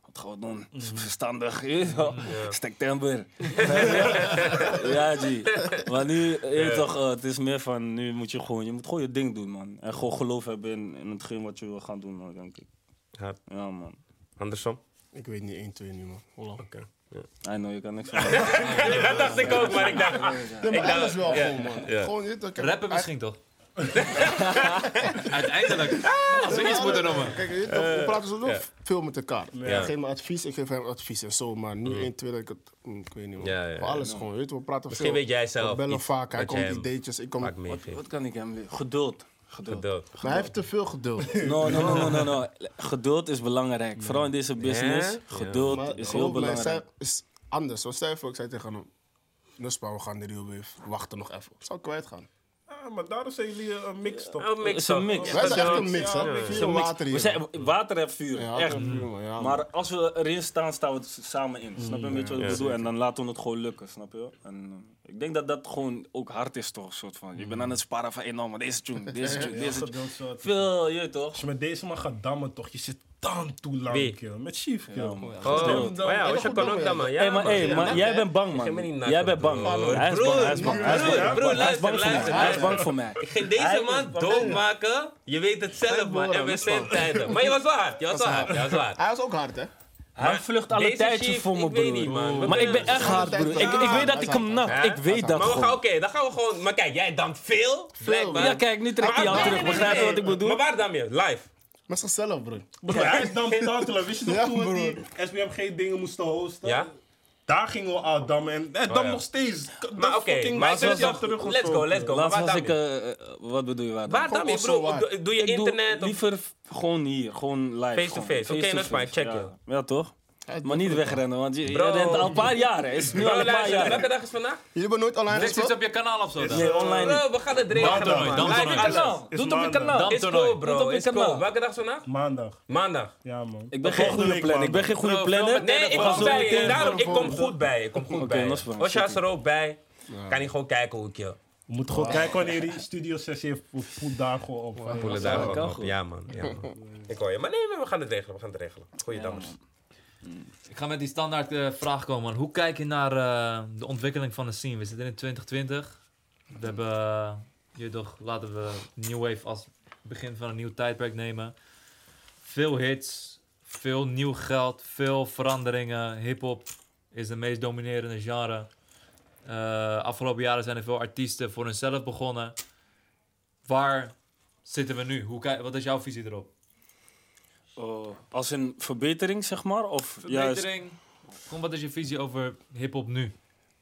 Wat gaan we doen?
Mhm.
Het is verstandig. je weet wel. September. ja, G. Maar nu, je weet toch, eh, het is meer van, nu moet je gewoon, je moet gewoon je ding doen, man. En gewoon geloof hebben in, in hetgeen wat je wil gaan doen, man, denk ik.
Hard.
Ja, man.
Andersom?
Ik weet niet 1, 2 nu, man. Holland.
Oké.
I know, je kan niks van
Dat dacht ik ook, maar ik dacht...
Nee, maar alles wel
ja,
gewoon, man.
ja.
Gewoon dit. kijk,
Rappen
eigenlijk-
misschien toch? Uiteindelijk. Ah, zoiets moeten noemen.
Kijk, je weet toch, we praten zo
Ja.
veel met elkaar.
Ja.
Ik geef me advies, ik geef hem advies en zo. Maar nu 1, 2, dat ik het... mm, Ik weet niet, man.
Ja, ja,
Maar alles
ja.
gewoon, weet je, we praten
Misschien
veel.
weet jij
We
zelf
bellen
iets
vaak, hij
wat
komt
jij hem
ideetjes, ik kom...
Vaak
Maar
meegeeft.
Wat kan ik hem leren? Geduld. Geduld.
Geduld.
hij heeft te veel geduld.
No, no, no, no, no, no. Geduld is belangrijk. Vooral in deze business.
Ja?
Geduld
Maar
is heel
geloof mij,
belangrijk.
zij- is anders. Wat stel je voor, ik zei tegen hem... Nuspa, we gaan de Reelwave. Wachten nog even. Ik zou kwijt gaan.
Ah, maar daarom zijn jullie eh, een mix toch?
Oh, mix
Het is een
up.
mix.
Wij
Het
zijn echt een mix,
ja,
hè?
ja.
Veel water hier.
We zijn water en vuur.
Ja,
echt.
water en vuur, man, Mm, ja,
maar als we erin staan, staan we het samen in. Snap je een beetje wat ik bedoel? En dan laten we het gewoon lukken, snap je? En, eh, ik denk dat dat gewoon ook hard is, toch? Soort van. Je bent aan het sparen van enorm, maar deze tune, deze tune, deze tune.
Geduld zo. Als
Veel, je weet
Oh.
toch?
je met deze man gaat dammen, toch? Je zit dan toe
Wie?
lang, kill. Met Chief, kill.
Oh, maar ja, we
goed
kan ook
dan,
dat, man. Ja,
hey, maar,
man.
hey, maar jij bent bang,
Ik ga me niet
man.
nakken,
Jij bent bang.
broer.
Hij is bang, hij is bang. Hij is
Broer,
bang,
broer,
hij is bang
luister,
voor mij.
luister,
Hij is
luister.
bang voor mij.
Ik ging deze man doodmaken. Je weet het zelf, man. En we zijn tijden. Maar je was wel hard. Je was wel hard. Je was wel hard.
Hij was ook hard, hè?
Hij vlucht alle
deze
tijdje
chief,
voor me,
ik weet
broer.
niet, ah, man. We
Maar ik
kunnen-
ben echt hard,
altijd
broer. Ik,
wel.
ik weet dat
Ja,
ik hem
dat
nak. Ik weet dat
Maar we gaan,
gewoon.
oké, dan gaan we gewoon... Maar kijk, jij dankt veel. blijkbaar.
Ja, kijk, nu trekt hij
Maar-
jou
nee,
terug.
nee, nee,
Begrijp je
nee.
wat ik bedoel?
Maar waar dan weer? Live.
Met zichzelf, bro.
Broer, hij is dan tantelen. Wist je nog
Ja,
toen we die
broer.
SBMG dingen moesten hosten?
Ja? Oh,
Daar gingen we aan dammen. En eh, dan
ja.
nog steeds. Dat
Maar oké,
fucking
maar
was
zelfs
wel
nog-
terug of
Let's
zo.
go, let's go. Maar
Laatst
waar
was
dan
ik...
weer?
eh, eh, Wat bedoel je waar dan?
Waar dan weer,
Gewoon
bro?
zo
Doe- Doe je
Ik doe
internet of...
liever f- gewoon hier, gewoon live.
Face to
gewoon.
face. Oké,
to
dat is
face,
fijn. Check
ja.
je.
Ja, toch?
Hij-
Maar niet wegrennen, want je, je
Bro.
rent al een paar jaar. hè. Het is nu al
Bro,
een paar
luister, welke
jaar.
dag is vandaag?
Jullie hebben nooit online
Dit is iets
gespeeld?
op je kanaal of zo dan?
Nee, online niet.
Bro, we gaan het regelen,
Maandag,
man.
dan
Live
toernooi.
alles.
Is
Doe het op je
maandag.
kanaal.
Is
toernooi.
cool,
Doe het
bro.
op je
Is cool.
kanaal.
Welke dag is vandaag?
Maandag.
Maandag.
Ja, man.
Ik ben geen
Volgende
goede
week
planner. Ik ben
maandag.
geen goede planner.
Nee, ik
Ik
kom
ga zo
bij je.
meteen-
Daarom, ik kom
volgende.
goed bij je. Ik kom goed
Oké,
bij
dat is
je.
fijn.
Osha is er ook bij. Kan niet gewoon kijken hoe ik je...
We moeten gewoon kijken wanneer die studio sessie heeft. Of voel daar gewoon op. Hey.
Voelen daar
kan
wel op.
goed.
Ja, man. Ja, man. Ik hoor je. Maar nee, maar we gaan het regelen. We gaan het regelen. Goeie dames.
Ik ga met die standaard eh, vraag komen, man. Hoe kijk je naar eh, de ontwikkeling van de scene? We zitten in 2020. We hebben, eh, je toch, laten we New Wave als begin van een nieuw tijdperk nemen. Veel hits, veel nieuw geld, veel veranderingen. Hip-hop is de meest dominerende genre. Eh, afgelopen jaren zijn er veel artiesten voor hunzelf begonnen. Waar zitten we nu? Hoe kijk, wat is jouw visie erop?
Oh, Als een verbetering, zeg maar? Of juist
Verbetering? Kom, wat is je visie over hip-hop nu?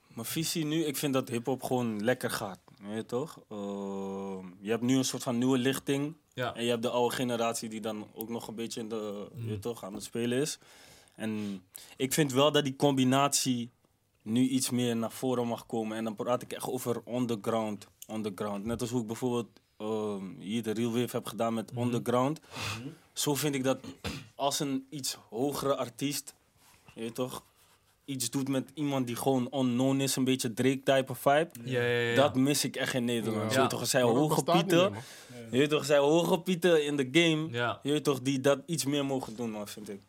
Mijn visie nu, ik vind dat hip-hop gewoon lekker gaat. Weet je toch? Ehm, je hebt nu een soort van nieuwe lichting.
Ja. Mm.
En je hebt de oude generatie die dan ook nog een beetje in de, weet je toch, aan het spelen is. En ik vind wel dat die combinatie nu iets meer naar voren mag komen. En dan praat ik echt over underground. underground. Net als hoe ik bijvoorbeeld ehm, hier de Real Wave heb gedaan met
Mm-hmm.
underground. Zo vind ik dat als een iets hogere artiest, je weet toch, iets doet met iemand die gewoon unknown is, een beetje Drake-type vibe.
Ja, ja, ja.
Dat mis ik echt in Nederland.
Ja.
Je weet toch, er zijn
Maar dat
hoge
bestaat niet
pieten.
meer,
Je weet toch, er zijn hoge pieten in de game.
Ja.
Je weet toch, die dat iets meer mogen doen, man, vind ik.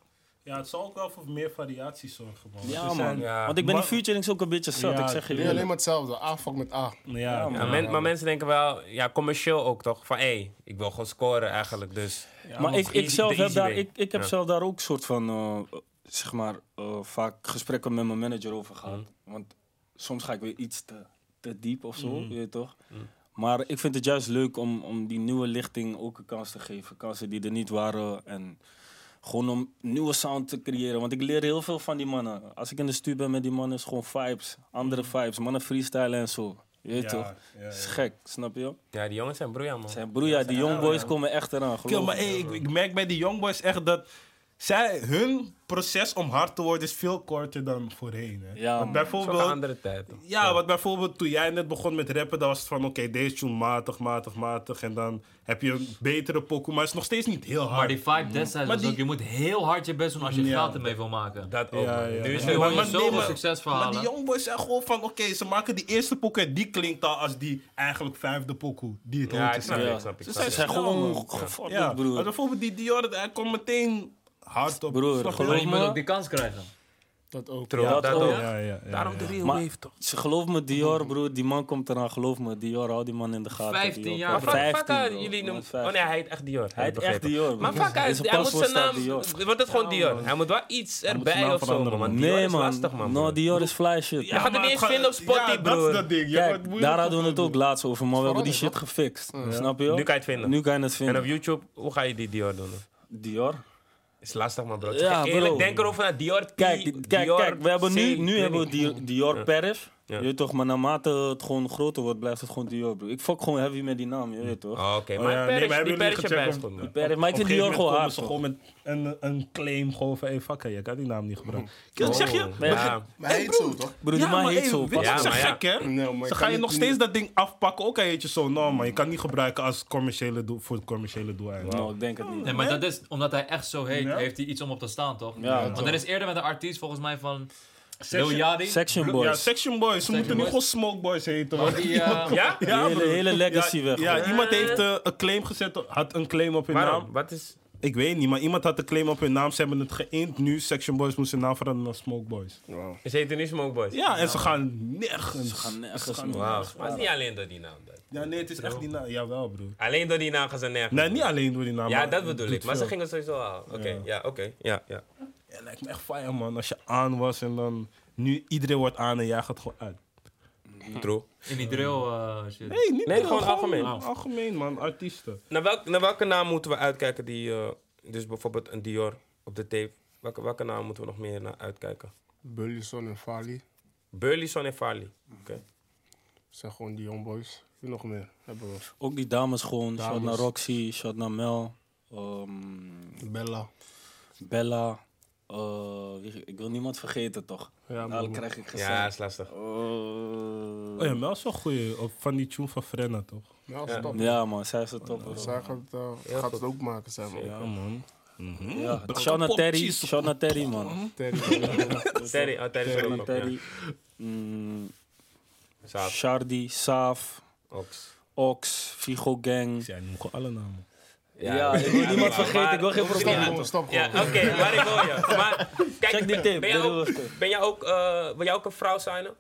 Ja, het zal ook wel voor meer variatie zorgen, man.
Ja,
Er zijn-
man.
ja.
Want ik ben die
Maar-
featurings ook een beetje zat,
Ja,
ik zeg je
Jullie alleen
eerlijk.
maar hetzelfde. A, fuck met A.
Ja,
Ja, men- maar mensen denken wel, ja, commercieel ook toch? Van hé, ik wil gewoon scoren eigenlijk. Dus
Maar ik, ik,
easy-
zelf
de
heb,
easy
daar,
way.
ik, ik heb
Ja.
zelf daar ook soort van, eh, zeg maar, eh, vaak gesprekken met mijn manager over gehad.
Mm.
Want soms ga ik weer iets te, te diep of zo, je weet toch?
Mm.
Maar ik vind het juist leuk om, om die nieuwe lichting ook een kans te geven. Kansen die er niet waren. En gewoon om nieuwe sound te creëren. Want ik leer heel veel van die mannen. Als ik in de stuur ben met die mannen, is gewoon vibes. Andere
Mm.
vibes. Mannen freestylen en zo. Je weet
Ja,
toch?
ja, ja.
is gek, snap je?
ja, die jongens zijn broer, man.
Zijn broer, ja, die young boys komen echt eraan,
Kill,
geloof
maar
me.
hey, ik, ik merk bij die youngboys echt dat zij, hun proces om hard te worden is veel korter dan voorheen.
Ja,
Hè. Want
man.
Zo'n
bijvoorbeeld,
andere tijd. toch?
ja, want bijvoorbeeld toen jij net begon met rappen, dan was het van oké, deze tune matig, matig, matig. En dan heb je een betere pokoe, maar het is nog steeds niet heel
Maar
hard.
die vibe destijds
Maar
was
die-
ook, je moet heel hard je best doen als je
Ja.
geld ermee wil maken.
Dat ook.
Ja,
man.
ja.
Nu is
Ja,
het
Nu
maar-
hoor je
maar- nee,
zoveel
maar- Maar die
succesverhalen.
jongboys zijn gewoon van, oké, ze maken die eerste pokoe en die klinkt al als die eigenlijk vijfde pokoe die het
Ja,
hoort
ik
is.
snap
Ja.
ik, snap ik.
Ze
snap
zijn
ik.
Ze zijn
snel, man.
gewoon gefokt,
Ja, maar
broer.
bijvoorbeeld die Dior, hij komt meteen hard op.
Broer,
Snap je?
Maar
geloof-
je moet ook die kans krijgen.
Dat ook.
True, dat
ook.
ook.
Ja, ja, ja,
Daarom
ja.
de real
Maar-
wave toch.
Ze geloof me, Dior, broer. Die man komt eraan. Geloof me, Dior. Hou die man in de gaten.
15
Dior.
jaar,
Maar
bro.
fuck, fuck haar,
15,
jullie
bro.
noemen... Oh
Ja,
nee, hij heet echt Dior.
Hij heet echt
begrepen.
Dior, bro.
Maar fuck
Hij
hij,
is een
hij moet zijn
paswoord staat
naam...
Dior.
Het wordt het gewoon Dior. Hij moet wel iets erbij
naam
of zo,
veranderen,
man.
man.
Dior
Nee,
is
man.
lastig, man.
No,
broer.
Dior is fly shit.
Je gaat het niet eens vinden op Spotify,
ja, dat is
broer.
dat ding. Ja, wat
Kijk,
moeilijk
daar
om-
hadden we het ook laatst over, maar we hebben die shit
Veranderd,
gefixt. Snap je?
Nu kan je het vinden.
Nu kan je het
En op
vinden.
YouTube, hoe ga je die Dior doen?
Dior.
Is lastig, man, bro.
Ja,
Ja, eerlijk,
bro.
denk erover naar Dior T,
Kijk, kijk,
Dior
kijk, we hebben nu,
C,
nu
weet
hebben we
ik.
Dior, Dior Perif.
Ja.
Je weet toch, maar naarmate het gewoon groter wordt, blijft het gewoon Dior, bro. Ik fuck gewoon heavy met die naam, je weet toch?
Oh, Oké,
Oh,
maar
ja,
Paris,
nee, maar
die
hebben
Paris
jullie
is best,
gecheckt
man. bro.
Perif, maar ik
Op
vind
een gegeven
Dior gewoon
moment komen
hard.
ze
bro.
gewoon met een, een claim gewoon van, hey, fuck, it, je kan die naam niet gebruiken. Ik Hm. Zeg je,
Oh, ja.
Maar hij heet zo, toch?
Broer, die man heet zo.
Weet
pas
je,
Ja,
ze
maar ja.
gek, hè?
Nee, maar je
Ze
kan
gaan je
niet-
nog steeds dat ding afpakken, ook al heet je zo. No, man, je kan niet gebruiken als commerciële doel, voor het commerciële doeleinden.
Nou, ik denk het niet.
Nee, maar dat is omdat hij echt zo heet,
Ja.
heeft hij iets om op te staan, toch?
Ja,
Want
toch.
er is eerder met een artiest volgens mij van Lil Yachty.
Section
Ja,
Boys.
Section Boys. Ze moeten nu
Boys.
gewoon Smoke Boys heten. want-
Die, eh,
Ja?
Die hele,
broer.
hele legacy
ja,
weg.
Ja,
bro.
iemand heeft eh, een claim gezet, op- had een claim op hun
Waarom?
naam.
Wat is...
Ik weet niet, maar iemand had een claim op hun naam. Ze hebben het geïnd nu. Section Boys moest hun naam veranderen naar Smoke Boys.
Ze heten nu Smoke Boys.
Ja, en ze gaan nergens.
Gaan nergens, man.
Wauw. Maar het is niet alleen door die naam. dan.
Ja, nee, het is echt die naam. Jawel, broer.
Alleen door die naam gaan ze nergens.
Nee, niet alleen door die naam.
Ja,
maar
dat
het
bedoel
doet
ik. Maar ze
veel.
gingen sowieso halen. Oké, ja, oké. Ja, ja.
Ja, Het lijkt me echt fire, man. Als je aan was en dan... Nu iedereen wordt aan en jij gaat gewoon uit.
True.
in die drill eh, shit.
Nee, niet
Nee, gewoon algemeen.
Algemeen, man. Artiesten.
Naar, welk, naar welke naam moeten we uitkijken die... eh, dus bijvoorbeeld een Dior op de tape. Welke, welke naam moeten we nog meer naar uitkijken?
Bullison en Fali
Burleson en Farley. Oké.
zijn gewoon die jongboys. Wie nog meer hebben we?
Ook die dames gewoon. Shout
Dames.
naar Roxy, shout naar Mel. ehm,
Bella.
Bella. eh, wie- ik wil niemand vergeten, toch?
Ja,
nou, dan
man.
krijg ik
Ja,
gezegd.
is lastig.
Oh ja, Mel is wel goeie. Op, van die tune van Frenna, toch?
Ja, als het
ja.
top.
man, zij is de topper.
Zij gaat, het, eh, gaat het ook maken, zeg maar.
Ja, man.
Ja, shout naar Terry, shout naar Terry, man.
Terry,
Terry, oh, Terry is er
Shout
ook
naar
nog, ja.
Terry. Mm,
Saaf,
Shardy, Saaf,
Ox.
Ox, Vigo Gang.
Zij noemt gewoon alle namen.
Ja, ik wil niemand vergeten, ik wil geen
Stop
problemen.
gewoon, stop
Ja,
gewoon.
oké, maar ik hoor je. Maar, kijk,
Check die tape,
Ben jij
dat
ook,
was het.
ben jij ook, eh, wil jij ook een vrouw signen?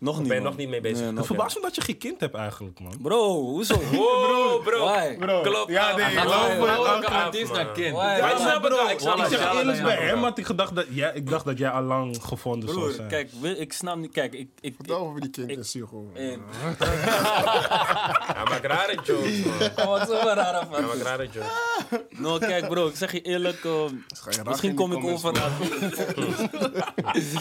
Nog niet,
ben je
man.
nog niet mee bezig?
Nee,
Het
nog
verbaast me dat je geen kind hebt eigenlijk, man.
niet. Bro, hoezo?
Wow, bro.
Why?
bro. Klopt.
Ja, nee,
Hij
geloof
gaat
me.
vrouwelijke
elke
artiest
avond,
naar kind.
man. Ja,
Maar ik
maar
snap het wel, ik snap
Ik
het
zeg
wel.
eerlijk
ja,
bij
ja.
hem, had ik gedacht dat, ja, ik dacht dat jij al lang gevonden zou
Broer,
zijn.
kijk, we- ik snap niet. Kijk, ik. ik, ik
Vertel over die kindjes, zie gewoon.
eh,
Hij maakt rare jokes, man. Hij
wat is er raar aan?
maakt rare jokes.
Nou, kijk, bro, ik zeg je eerlijk. ehm,
ga je raak
misschien
in die
kom ik
comments,
over. als-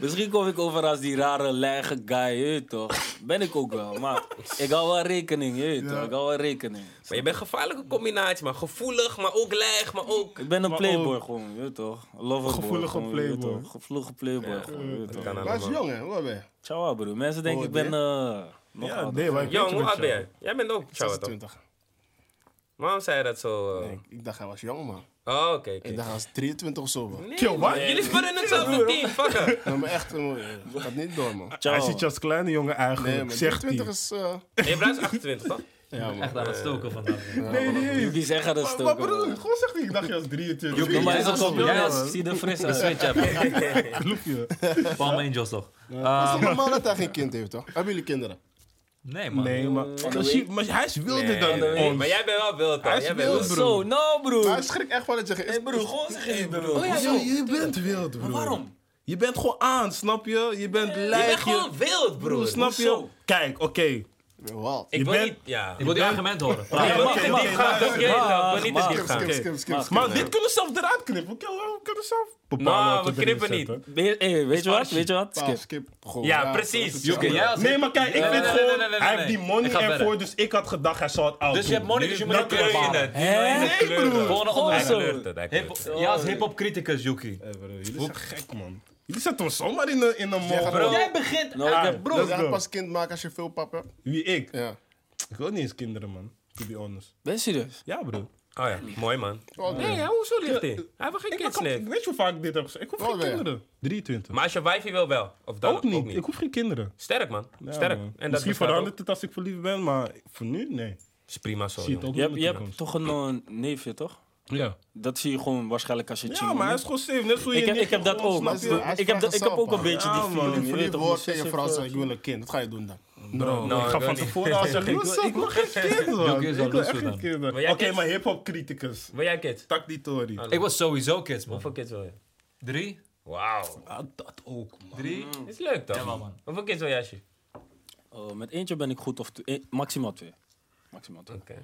misschien kom ik over als die rare, lege guy, je weet toch? Ben ik ook wel, maar ik hou wel rekening, je weet toch? Ik hou wel rekening.
Maar je bent een gevaarlijke combinatie, man. Gevoelig, maar ook leg, maar ook...
Ik ben een
Maar
playboy
ook-
gewoon, je weet toch? Loverboy.
Gevoelige
gewoon, je weet
playboy.
toch? Gevoelige playboy gewoon, je weet toch?
Kan
Hij is
allemaal.
jong, hè? Hoe ben je?
Ciao, bro. Mensen denken
Oh,
ik ben.
nee.
eh, nog
ja,
ouder.
nee, maar ik
Jong,
weet
hoe
het
oud ben
wel.
jij? Jij bent ook Chauwa, toch?
26.
Waarom zei je dat zo? eh?
Nee, ik- Ik dacht hij was jong, man.
Oh, oké, oké.
Ik dacht hij was 23 of zo, man.
Nee,
Kill, wat?
man, Jullie spelen in hetzelfde team, fucker.
Nou, maar echt, eh, gaat niet door, man.
Ciao.
Hij ziet je als kleine jongen eigenlijk,
Nee, maar
zegt hij.
20 is... eh,
Je blijft 28, toch?
Ja, man.
Echt aan het stoken vandaag.
Nee, nee, nee.
Die zeggen dat
Maar
stoken.
broer,
bro.
gewoon zegt hij, ik dacht je als 23.
Doe maar eens
jij
op.
zegt-
Jij
jij
als-
zegt-
zie de frisse uit.
Switch up.
Klopt je?
Palm Angels toch?
Het is toch normaal dat hij geen kind heeft, toch? Hebben jullie kinderen?
Nee man.
Nee, maar, maar zie- maar hij is wilder
Nee,
dan
nee,
ons.
Maar jij bent wel wild,
Hij
man.
is
Oh, Jij bent
wild,
wild.
broer.
Zo, nou,
Maar hij
broer.
schrikt echt wel dat je geen...
Hey, broer, gewoon zeg je, broer.
Ja, joh, je bent wild, broer.
waarom?
Je bent gewoon aan, snap je? Je bent
Je bent
lijf.
gewoon wild, broer.
Snap je?
Hoezo?
Kijk, oké.
Wat?
Ik
Je
wil
bent-
niet... Ja.
Ik wil die argumenten horen.
Ja,
Praat.
ik wil niet te diep gaan, oké,
Ah.
dan. Ik wil niet te diep
Skip, skip,
gaan.
skip, skip, skip.
Man, dit kunnen we zelf eruit knippen. We kunnen, we kunnen zelf bepalen
Nou,
wat
we
erin
knippen niet.
zetten.
Hey, weet je wat? Weet je wat?
Paal,
Skip.
skip. Gewoon,
Ja,
dat
precies.
is het.
Joeke, jij als-
Nee, maar kijk, ik
Nee,
vind
nee, nee,
gewoon...
nee, nee, nee,
hij
nee.
heeft die
Ik
money
ga
ervoor,
verder.
dus ik had gedacht hij zou het out
Dus je hebt money, dus je moet
Dan
niet
kleur je
bepalen.
het. Nu wil je het kleuren.
Volgende
Hij
onderwerp.
kleurt het, hij kleurt het.
Hip- Ja, als hip-hop criticus, Yuki.
Hey, bro, jullie zijn gek, man. Jullie zetten ons zomaar in de, in de mol.
gaat-
Bro,
Jij begint.
Nou, ik heb-
Dat is echt pas kind maken als je veel pap hebt.
Wie ik?
Ja.
Ik wil niet eens kinderen, man. To be honest.
Ben je serieus?
Ja, bro.
Oh ja, mooi man.
Oh,
Nee, ja, hoezo ligt hij? Hij wil geen
Ik
kids,
kan,
nee.
weet je hoe vaak ik dit heb gezegd? Ik hoef
Oh,
geen
nee.
kinderen. 23.
Maar als je wijfje wil wel. Of dan
ook, niet. Ik hoef geen kinderen.
Sterk man,
Ja,
sterk.
man.
En dat
Misschien
bestaat ook.
verandert het als ik verliefd ben, maar voor nu, nee.
is prima zo.
Zie het
jongen.
ook
Je
niet in
hebt,
de
je hebt
toekomst.
toch een eh, neefje, toch?
Ja.
Dat zie je gewoon waarschijnlijk als je
Ja,
chillen
maar hij
bent.
is gewoon safe. Net zo je
ik heb,
niet
ik heb dat
gewoon
ook.
snapt,
snap je? Hij is
Ik heb, dat- ik heb ook een
vrijgezel,
beetje die
man. Ja, man.
feeling. Je weet
Je
toch, mijn
woord tegen
zus
je vrouw
heeft,
zeggen, ik wil een kind. Wat ga je doen dan?
Bro,
Nou,
ik
ik
ga
wil
van
niet.
tevoren al zeggen,
Ik wil-
ik wil echt geen kind, man.
Jokie is wel
Ik wil
loser
echt geen
dan.
kind, man.
Maar jij
Oké,
kids-
maar hip-hop criticus.
Wil jij kids?
Tak die Tory.
Ah,
Ik was sowieso kids, man.
Hoeveel kids wil je?
Drie?
Wauw.
Ah, Dat ook, man.
Drie?
Is leuk toch?
Ja, wel, man.
Hoeveel kids wil jij, Ashi?
eh, met eentje ben ik goed of twee- eh, maximaal twee. Maximaal twee.
Oké.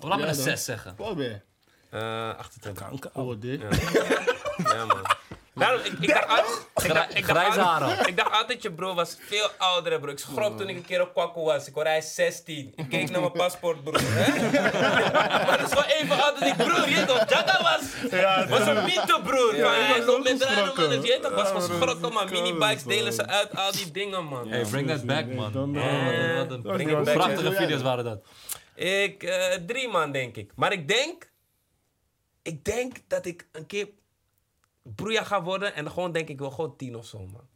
Oh, Laat me een zes zeggen.
Wat ben je?
Eh, 28.
Oh, dit.
Ja, man. Daarom, ik, ik, dacht altijd, ik, dacht, ik, dacht
Grijze
altijd,
haren.
ik dacht altijd, je bro was veel ouder, bro. Ik schrok toen ik een keer op kwakkel was. Ik hoorde hij is 16. Ik keek naar mijn paspoort, broer. Hè? maar dat is gewoon even oud dan ik, broer. Je weet toch, Jaga was, was een mythe, broer. Ja, hij was op met rijden, man. Dus Je weet toch, was van schrokken, man. Minibikes delen ze uit, al die dingen, man.
Hey, bring that back, man.
eh,
Wat een- wat
bring
een
it back.
prachtige video's waren dat.
Ik, eh, drie man, denk ik. Maar ik denk, ik denk dat ik een keer broeia ga worden en gewoon denk ik wel gewoon tien of zo, man.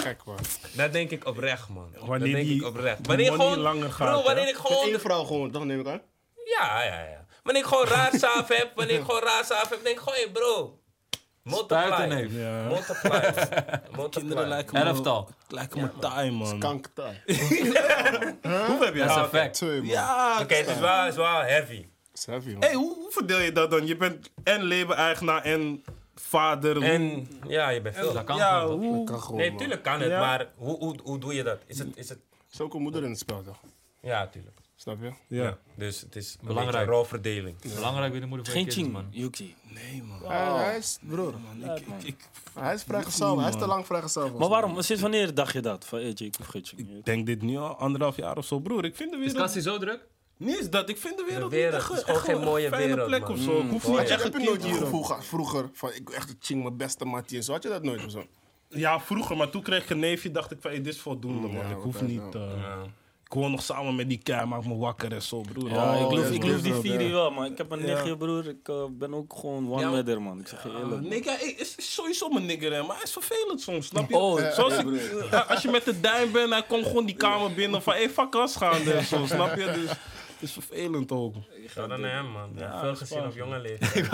Gek, man.
Dat denk ik oprecht, man.
Wanneer
dat denk
die-
ik oprecht.
die
Wanneer
money
gewoon,
langer
bro,
gaat,
wanneer
hè?
ik
Met
gewoon,
één vrouw gewoon, toch neem ik aan?
ja, ja, ja. Wanneer ik gewoon raar saaf heb, wanneer ik gewoon raar saaf heb, denk ik gewoon, hey, bro. Multiply.
Spuiten, neef.
Multiply. Multiply.
Elftal.
Lijken me taai, man.
Kankertaai.
Hoe heb je
Dat is een
haar?
fact.
Twee, man.
Ja,
Oké, het is wel- het is wel heavy.
Dat is heavy, man.
Hey, hoe, hoe verdeel je dat dan? Je bent en label-eigenaar en vader.
En ja, je bent veel.
Dat kan
ja,
gewoon.
hoe?
Kan gewoon,
Nee,
man.
tuurlijk kan het,
Ja.
maar hoe, hoe, hoe doe je dat? Is het, is het...
Er is ook een moeder in het spel, toch?
Ja, tuurlijk.
Snap je?
Ja.
Dus het is een
Belangrijk.
beetje een rolverdeling.
Belangrijk weer de moeder van je
Geen
kind,
ching,
man.
Yuki.
Hij, hij is, broer. hij is vrijgezel. Hij is te lang vrijgezel. volgens
Maar
mij.
waarom? Sinds wanneer dacht je dat? Van, hey, Jake, ik vergeet je.
Ik denk dit nu al anderhalf jaar of zo, broer. Ik vind de
Is
wereld...
Cassie zo druk?
Niet eens dat. Ik vind de wereld,
wereld.
niet echt,
Het is gewoon
echt
geen
een
mooie
fijne
wereld,
plek
man.
of zo. Ik hoef
Had
niet
je,
echt
heb je
een
nooit
kind
het
hier.
gevoel gehad vroeger van ik wil echt de ching mijn beste mattie en zo? Had je dat nooit of zo?
Ja, vroeger, maar toen kreeg ik een neefje. Dacht ik van, hey, dit is voldoende, man.
ja,
ik
wat
hoef
hij
niet... eh, Ik woon nog samen met die kei, maak me wakker en zo, broer.
Ja,
Oh,
ik
yes,
loof, ik
man.
loof die
Yes,
vier
man.
wel, maar ik heb een nichtje, broer. Ik eh, ben ook gewoon one
Ja,
met her, man. Ik zeg je eerlijk.
Nee, kijk, ik- is is sowieso mijn nigger, hè, maar hij is vervelend soms, snap je?
Oh, ja,
Zoals ik- ja, als je met de duim bent, hij komt gewoon die kamer binnen van, hé, hey, fuck was gaande en zo, snap je? Dus het is vervelend ook.
Shout out naar hem, man. veel gezien op jonge leeftijd.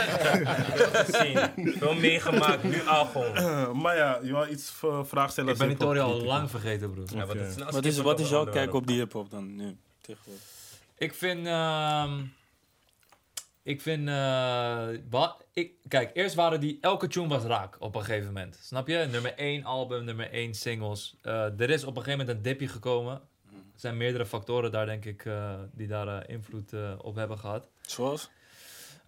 Veel gezien. Veel meegemaakt, nu al gewoon. Ja,
Eh, maar ja, je wou iets eh, vraag stellen.
Ik ben die
als hip-hop
Tori al
critic.
lang vergeten, broer.
want het is een
Wat is,
afschuwelijk
wat is jouw
onderwerp.
kijk op die hip-hop dan nu? Tegenwoordig.
Ik vind. ehm, ik vind. eh, wa- ik, kijk, eerst waren die. Elke tune was raak op een gegeven moment. Snap je? Nummer 1 album, nummer 1 singles. Eh, er is op een gegeven moment een dipje gekomen. Er zijn meerdere factoren daar, denk ik, eh, die daar eh, invloed eh, op hebben gehad.
Zoals?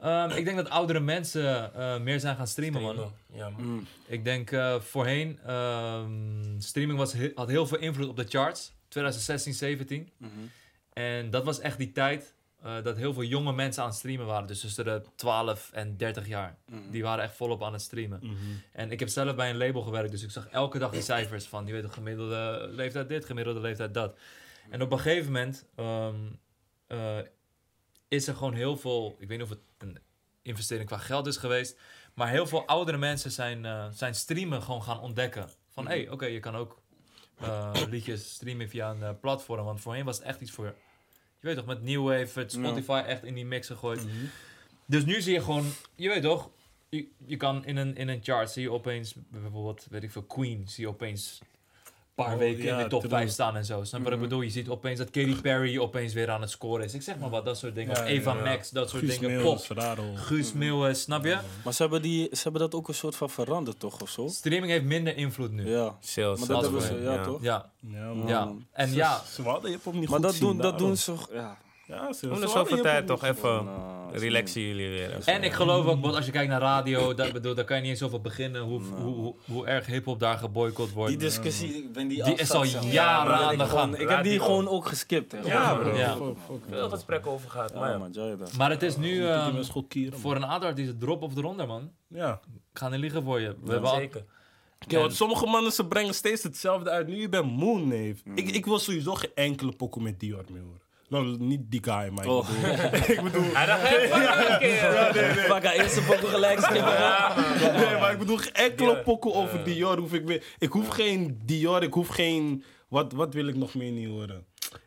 Ehm, ik denk dat oudere mensen eh, meer zijn gaan streamen, man.
Prima. Ja, man.
Ik denk eh, voorheen, ehm, streaming was he- had heel veel invloed op de charts. 2016, 17.
Mhm.
En dat was echt die tijd eh, dat heel veel jonge mensen aan het streamen waren. Dus tussen de 12 en 30 jaar. Die waren echt volop aan het streamen. En ik heb zelf bij een label gewerkt, dus ik zag elke dag die cijfers van, je weet, de gemiddelde leeftijd dit, gemiddelde leeftijd dat. En op een gegeven moment ehm, eh, is er gewoon heel veel, ik weet niet of het een investering qua geld is geweest, maar heel veel oudere mensen zijn, eh, zijn streamen gewoon gaan ontdekken. Van hé, hey, oké, je kan ook eh, liedjes streamen via een eh, platform, want voorheen was het echt iets voor, je weet toch, met New Wave, het Spotify echt in die mix gegooid. Dus nu zie je gewoon, je weet toch, je, je kan in een, in een chart zie je opeens bijvoorbeeld, weet ik veel, Queen, zie je opeens paar weken in
Oh, ja, Mm-hmm.
de top
tuurlijk.
5 staan en zo. Snap je wat ik bedoel? Je ziet opeens dat Katy Perry opeens weer aan het scoren is. Ik zeg maar wat, dat soort dingen.
Ja,
of
ja,
Eva
ja.
Max, dat soort
Guus
dingen.
Meeuwis, Mm-hmm.
Pop,
Raro.
Guus Meeuwis, snap je?
Maar ze hebben, die, ze hebben dat ook een soort van veranderd, toch? Of zo?
Streaming heeft minder invloed nu. Ja,
Ja.
Sales.
Maar dat hebben
Sales,
ze, ja, toch?
ja.
Ja, man.
En
Ze-
ja,
Ze hadden hip-hop niet
Maar
goed
dat
zien,
doen, dat
daarom.
doen ze. Ja.
Ja, ze
Om
ze
de
hadden
zoveel
hip-hop
tijd
niet
toch
goed.
even
Nou,
relaxen jullie weer. even.
En ik geloof ook, want als je kijkt naar
Mm.
radio, dat, bedoel, daar kan je niet eens over beginnen hoe, hoe, hoe, hoe erg hip-hop daar geboycott wordt.
Die discussie, ik ben die,
Die
af
is
zat,
al
zeg maar.
jaren
Ja,
aan de
ik gewoon-
gang.
Ik heb die
Radio.
gewoon ook geskipt. hè.
Ja, bro.
Ja.
Veel gesprek over gehad, maar
Ja,
ja.
Oh, man, ja, ja.
Maar het is nu
Die
ehm,
mensen goed kieren, man.
voor een aantal artiesten drop of eronder, man.
Ja.
Ik ga niet liggen voor je. We hebben al-
Zeker.
Ja, want sommige mannen ze brengen steeds hetzelfde uit. Nu je bent moe, neef. Ik, ik wil sowieso geen enkele pokoe met die meer horen. Nou, niet die guy, maar ik
Oh.
bedoel-
Hij dacht, hey, fuck, oké.
Pak haar eerste pokken gelijk skippen.
Nee, maar ik bedoel, geen enkele
Dior.
pokken over Dior hoef ik meer. Ik hoef geen Dior, ik hoef geen. Wat, wat wil ik nog meer niet horen?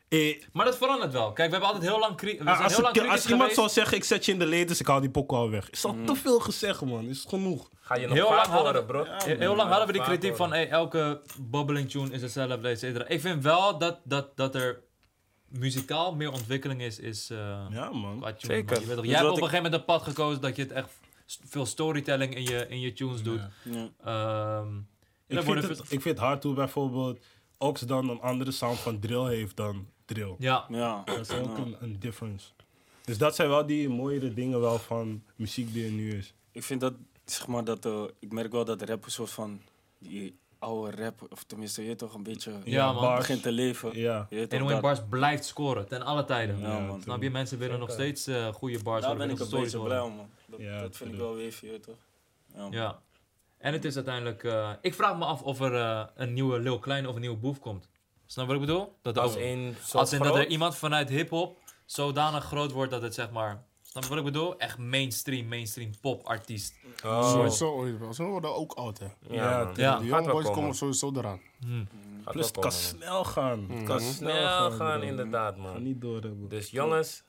Eh,
Maar dat verandert wel. Kijk, we hebben altijd heel lang, cri- we zijn
Ah, als
heel lang
ik-
kritisch
als iemand zou
geweest.
zeggen, ik zet je in de latest, ik haal die pokken al weg. Is al te veel gezegd, man. Is genoeg.
Ga je nog
Heel
heel
lang
vaak
hadden
horen,
we-
bro.
Ah,
Heel- heel lang hadden we die
Vaak
kritiek
horen.
van hey, elke bubbling tune is hetzelfde, et cetera. Ik vind wel dat, dat, dat er muzikaal meer ontwikkeling is, is eh,
Ja, man.
qua tune.
Zeker.
man. Je weet
Dus
toch, jij hebt
wat
op een
ik-
gegeven moment een pad gekozen dat je het echt st- veel storytelling in je, in je tunes doet.
Ja.
Ehm, en
Ik
dan
vind,
worden
het,
veel-
ik vind het hard hoe bijvoorbeeld Ox dan een andere sound van drill heeft dan drill.
Ja,
Ja.
Dat is ook een, een difference. Dus dat zijn wel die mooiere dingen wel van muziek die er nu is.
Ik vind dat, zeg maar, dat eh, ik merk wel dat rap een soort van die oude rap, of tenminste, je weet toch een beetje
Ja, man.
bars.
begint te leven.
Ja.
Je weet toch
en Wayne
dat-
Bars blijft scoren, ten alle tijden.
Ja, man.
Snap je, mensen willen nog steeds eh, goede bars
Daar ben
horen, willen
ik een
stories
beetje
horen.
blij om, man. Dat,
Ja,
dat vind ik wel
tuurlijk.
weer, je weet toch. Ja. man.
Ja. En het is uiteindelijk... eh, ik vraag me af of er eh, een nieuwe Lil Klein of een nieuwe Boef komt. Snap je wat ik bedoel? Dat er
Als
ook-
in zo
als in dat er
groot.
iemand vanuit hiphop zodanig groot wordt dat het zeg maar... Snap je wat ik bedoel? Echt mainstream, mainstream popartiest.
Oh,
Sowieso ooit wel. Ze worden ook oud, hè.
ja, man.
tuurlijk.
Ja.
De
Gaat
young
wel
boys
komen.
komen sowieso eraan.
Gaat wel
Plus het kan
komen, man.
snel gaan. Het kan snel,
Snel
gaan.
gaan,
bro.
inderdaad, man.
Niet doorhebben.
Dus jongens,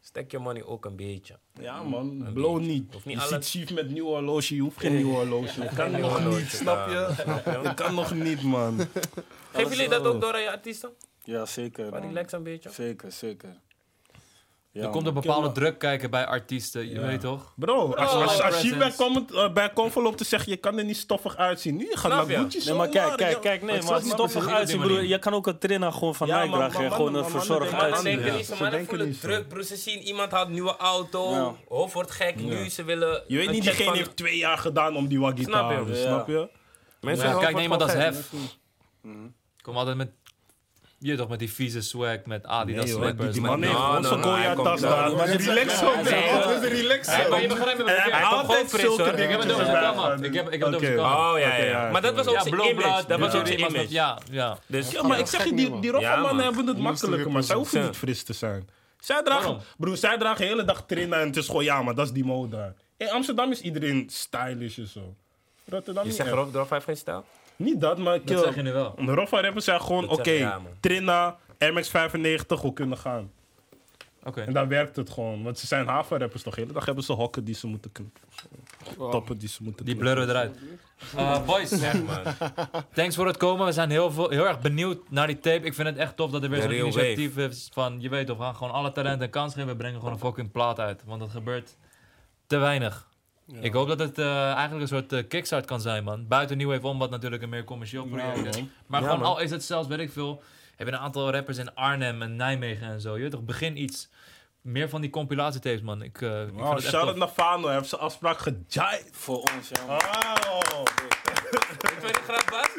stek je money ook een beetje.
Ja man, blow niet.
Hoeft niet
je ziet
alles.
Chief met nieuw horloge, je hoeft geen nieuw horloge. Dat kan nog
horloge,
niet, snap
ja.
je? Dat kan nog niet man.
Geven jullie dat ook door aan je artiesten?
Ja, zeker.
Maar
man.
relax een beetje.
Zeker, zeker. Ja,
er komt een
man.
bepaalde druk kijken bij artiesten, je weet toch?
Bro, als,
Bro,
als, als Chief bij,
presence.
comment, eh, bij Convo loopt te zeggen, je kan er niet stoffig uitzien. Nu gaat
Snap
naar
je?
Gucci
Nee, maar kijk,
zomaar,
kijk,
ja.
kijk, nee,
snap
maar
ik
stoffig
precies,
uitzien,
op die
broer. Je kan ook een trainer gewoon van
Ja,
Nike
maar-
dragen en
maar
gewoon
mannen-
een
maar
verzorgd
mannen
Mannen
Uitzien,
uitzien.
denken
ja.
niet, zo,
Ze
mannen
denken
voelen
niet zo.
druk, bro. Ze zien iemand had een nieuwe auto,
Ja.
hoofd wordt gek nu, ze willen...
Je weet
een
niet,
check
diegene
van-
heeft twee jaar gedaan om die waggy te
Snap je?
halen,
Ja.
snap je?
Mensen
Ja,
houden
kijk
van
naar iemand als
gek.
Hef. Kom altijd met... Je weet toch, met die vieze swag, met Adidas
Nee, hoor, die,
slippers.
die
met-
man heeft
No,
gewoon
no,
zijn
no, hij
Goya
komt-
tas
no,
daar.
maar dit-
Relax op,
Nee,
man.
hoor.
Relax
Hey,
op.
maar je begrijpt me verkeerd.
Hij komt
Altijd
gewoon fris,
zulke
hoor.
Ik heb
dingen.
het over zijn
Ja,
kant, man.
man.
Ik heb, ik heb het over
Oké.
zijn kant.
Oh, ja,
Oké,
ja.
ja,
Maar dat was
tuurlijk.
ook
Ja,
zijn
Blow
image.
Blood,
Dat was
ja.
ook zijn
Iemand met-
image.
Ja, ja.
Dus
Ja, maar ik zeg je, die,
man.
die roffe
Ja,
mannen
man.
hebben het makkelijker, maar zij hoeven
Zo.
niet fris te zijn. Zij dragen,
Waarom?
broer, zij dragen de hele dag trainen en het is gewoon, ja, maar dat is die mode daar. In Amsterdam is iedereen stylish en zo. Rotterdam
Je
niet
zegt
echt.
Rob, Rob heeft geen stijl?
Niet dat, maar
Dat zeg je nu wel.
De roffe rappers zijn gewoon, oké,
Dat zeg je, ja, man.
trainen, MX95, we kunnen gaan.
Oké.
En daar werkt het gewoon, want ze zijn havenrappers toch, de hele dag hebben ze hokken die ze moeten kunnen. Toppen die ze moeten
Die
knippen.
blurren eruit. Eh, boys,
man.
thanks voor het komen. We zijn heel, veel, heel erg benieuwd naar die tape. Ik vind het echt tof dat er weer
The
zo'n
real
initiatief is van... Je weet toch, we gaan gewoon alle talenten een kans geven. We brengen gewoon een fucking plaat uit. Want dat gebeurt te weinig. Ik hoop dat het eh, eigenlijk een soort eh, kickstart kan zijn, man. Buiten New Wave om, wat natuurlijk een meer commercieel project is. Maar gewoon,
man.
al is het zelfs, weet ik veel... Hebben een aantal rappers in Arnhem en Nijmegen en zo. Je weet toch, begin iets. Meer van die compilatietapes, man. Ik, eh, ik vind
Wow,
het echt tof.
shout-out naar Fano, hij heeft zijn afspraak gejived.
Voor ons, ja. man.
Wow.
Weet je wat die grap was?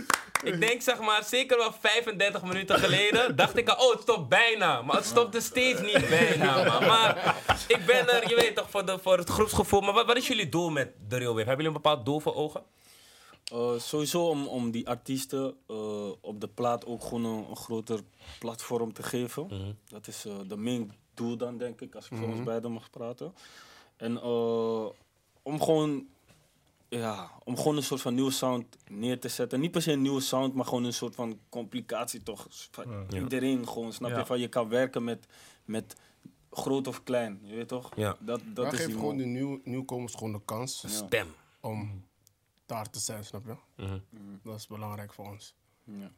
Ik denk zeg maar zeker wel 35 minuten geleden dacht ik al, oh het stopt bijna. Maar het stopte steeds niet bijna man. Maar ik ben er, je weet toch, voor, de, voor het groepsgevoel. Maar wat, wat is jullie doel met de Real Wave? Hebben jullie een bepaald doel voor ogen?
Eh, sowieso om, om die artiesten eh, op de plaat ook gewoon een, een groter platform te geven. Dat is eh, de main doel dan, denk ik, als ik voor ons beiden mag praten. En eh, om gewoon... Ja, om gewoon een soort van nieuwe sound neer te zetten. Niet per se een nieuwe sound, maar gewoon een soort van complicatie toch. Van Iedereen gewoon, snap
Ja.
je? Van je kan werken met, met groot of klein, je weet toch?
Ja.
Dat, dat
Maar
is
geef
die
gewoon
mo-
de nieuw, nieuwkomers gewoon de kans
Stem.
Mhm.
om daar te zijn, snap je? Dat is belangrijk voor ons.
Ja.
Mooi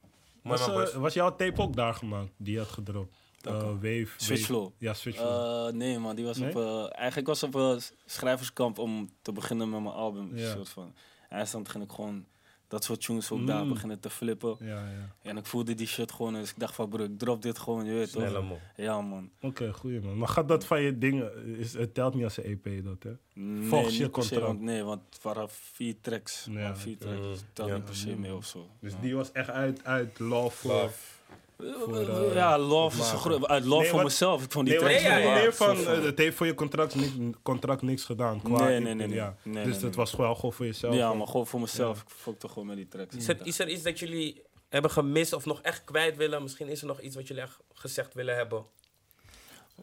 Was,
man,
eh,
boys.
was jouw tape ook daar gemaakt? Die je had gedropt. Eh, wave.
Switch
Wave.
Flow.
Ja, Switch Flow.
Eh, nee, man, die was
Nee?
op. eh, eigenlijk was op een schrijverskamp om te beginnen met mijn album.
Ja.
Soort van. En dan ging ik gewoon dat soort tunes ook daar beginnen te flippen.
Ja, Mm. ja.
En ik voelde die shit gewoon, dus ik dacht van bro, ik drop dit gewoon, je weet
Snelle
toch?
man.
Ja man.
Oké, goeie man. Maar gaat dat van je dingen... Is, het telt niet als een EP dat, hè?
Nee,
Volgens je
niet per se,
contract.
want- nee, want het waren vier tracks.
Ja,
maar vier
oké.
tracks, dus het telt
Ja.
niet per se mee of zo.
Dus die was echt uit, uit love voor... eh,
ja, love is een gro- uit love
Nee,
voor
wat-
mezelf. Ik vond die
Nee, want
tracks
ik
wel
bedoel
hard,
meer van,
soort van.
eh, het heeft voor je contract, ni- contract niks gedaan. Qua
Nee,
EP,
nee, nee, nee.
Ja.
Nee, nee, nee,
dus het
nee.
was gewoon, gewoon voor jezelf.
Ja, maar gewoon voor mezelf. Ik fuck toch gewoon met die tracks.
Is er, is er iets dat jullie hebben gemist of nog echt kwijt willen? Misschien is er nog iets wat jullie echt gezegd willen hebben.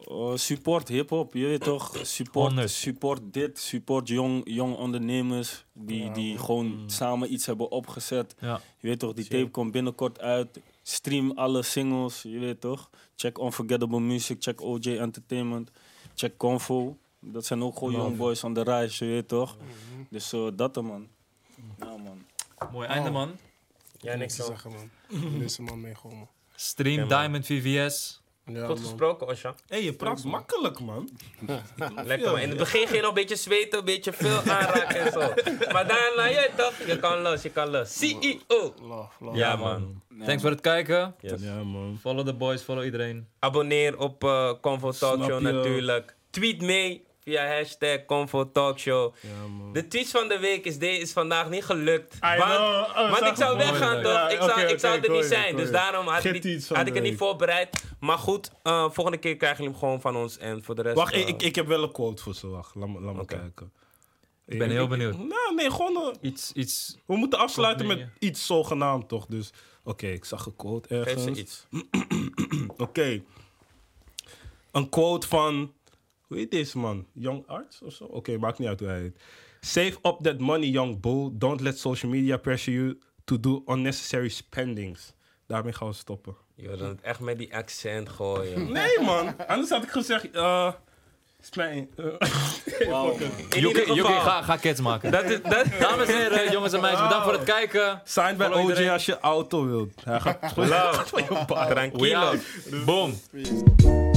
Eh, support hip-hop, je weet toch? Support,
Honderd.
support dit, support jong, jong ondernemers die, die gewoon samen iets hebben opgezet.
Mm. Ja.
Je weet toch, die tape komt binnenkort uit. Stream alle singles, je weet toch? Check Unforgettable Music, check OJ Entertainment, check Convo. Dat zijn ook gewoon jong boys on the rise, je weet toch?
Mhm.
Dus eh, dat er man. Ja man.
Mooi einde, man.
Ja, niks
te
zo.
zeggen, man. Deze man meegenomen.
Stream Diamond VVS.
Ja,
Goed
man.
gesproken, Osha.
Hé, je praat makkelijk, man.
Lekker man. In het begin ging je nog een beetje zweten, een beetje veel aanraken en zo. Maar daarna, je toch? Je kan los, je kan los. E CEO!
Love, love.
Ja man.
Thanks voor het kijken.
Ja, man.
Follow the boys, follow iedereen.
Abonneer op eh Convo Talk Show
je?
natuurlijk. Tweet mee via hashtag Convo Talk Show. de tweets van de week is, de, is vandaag niet gelukt. want
know. Oh,
want
zag
ik zou
het.
weggaan
Mooi,
toch?
ja,
ik zou,
oké, oké,
ik zou
ik
er
hoor
niet
je,
zijn.
ik
Dus
hoor je.
daarom had,
Geen
ik,
tweets
niet-
van
had
de
ik het niet
week.
voorbereid. Maar goed, eh, volgende keer krijgen jullie hem gewoon van ons. En voor de rest...
Wacht, ik,
eh,
ik, ik heb wel een quote voor ze. Wacht, laat me, laat me kijken.
Ik ben heel benieuwd.
Nou, nee, gewoon... eh,
Iets, iets.
we moeten afsluiten
Wat
met
meen
iets zogenaamd, toch? Dus, oké, ik zag een quote
Geef
ergens.
ze iets.
Oké. Een quote van. Hoe heet deze man? Young Arts of zo? Oké, maakt niet uit hoe hij heet. Save up that money, young bull. Don't let social media pressure you to do unnecessary spendings. Daarmee gaan we stoppen.
Je wil het echt met die accent gooien.
Nee, man. Anders had ik gezegd. eh is mijn. eh,
In
Yuki,
ieder
Yuki,
geval.
ga, ga kids maken.
Dat is, dat,
Dames en heren, jongens en meisjes, bedankt voor het kijken.
signed bij
Hallo,
OJ
iedereen.
als je auto wilt. Hij gaat.
Love. Tranquilo. Boom.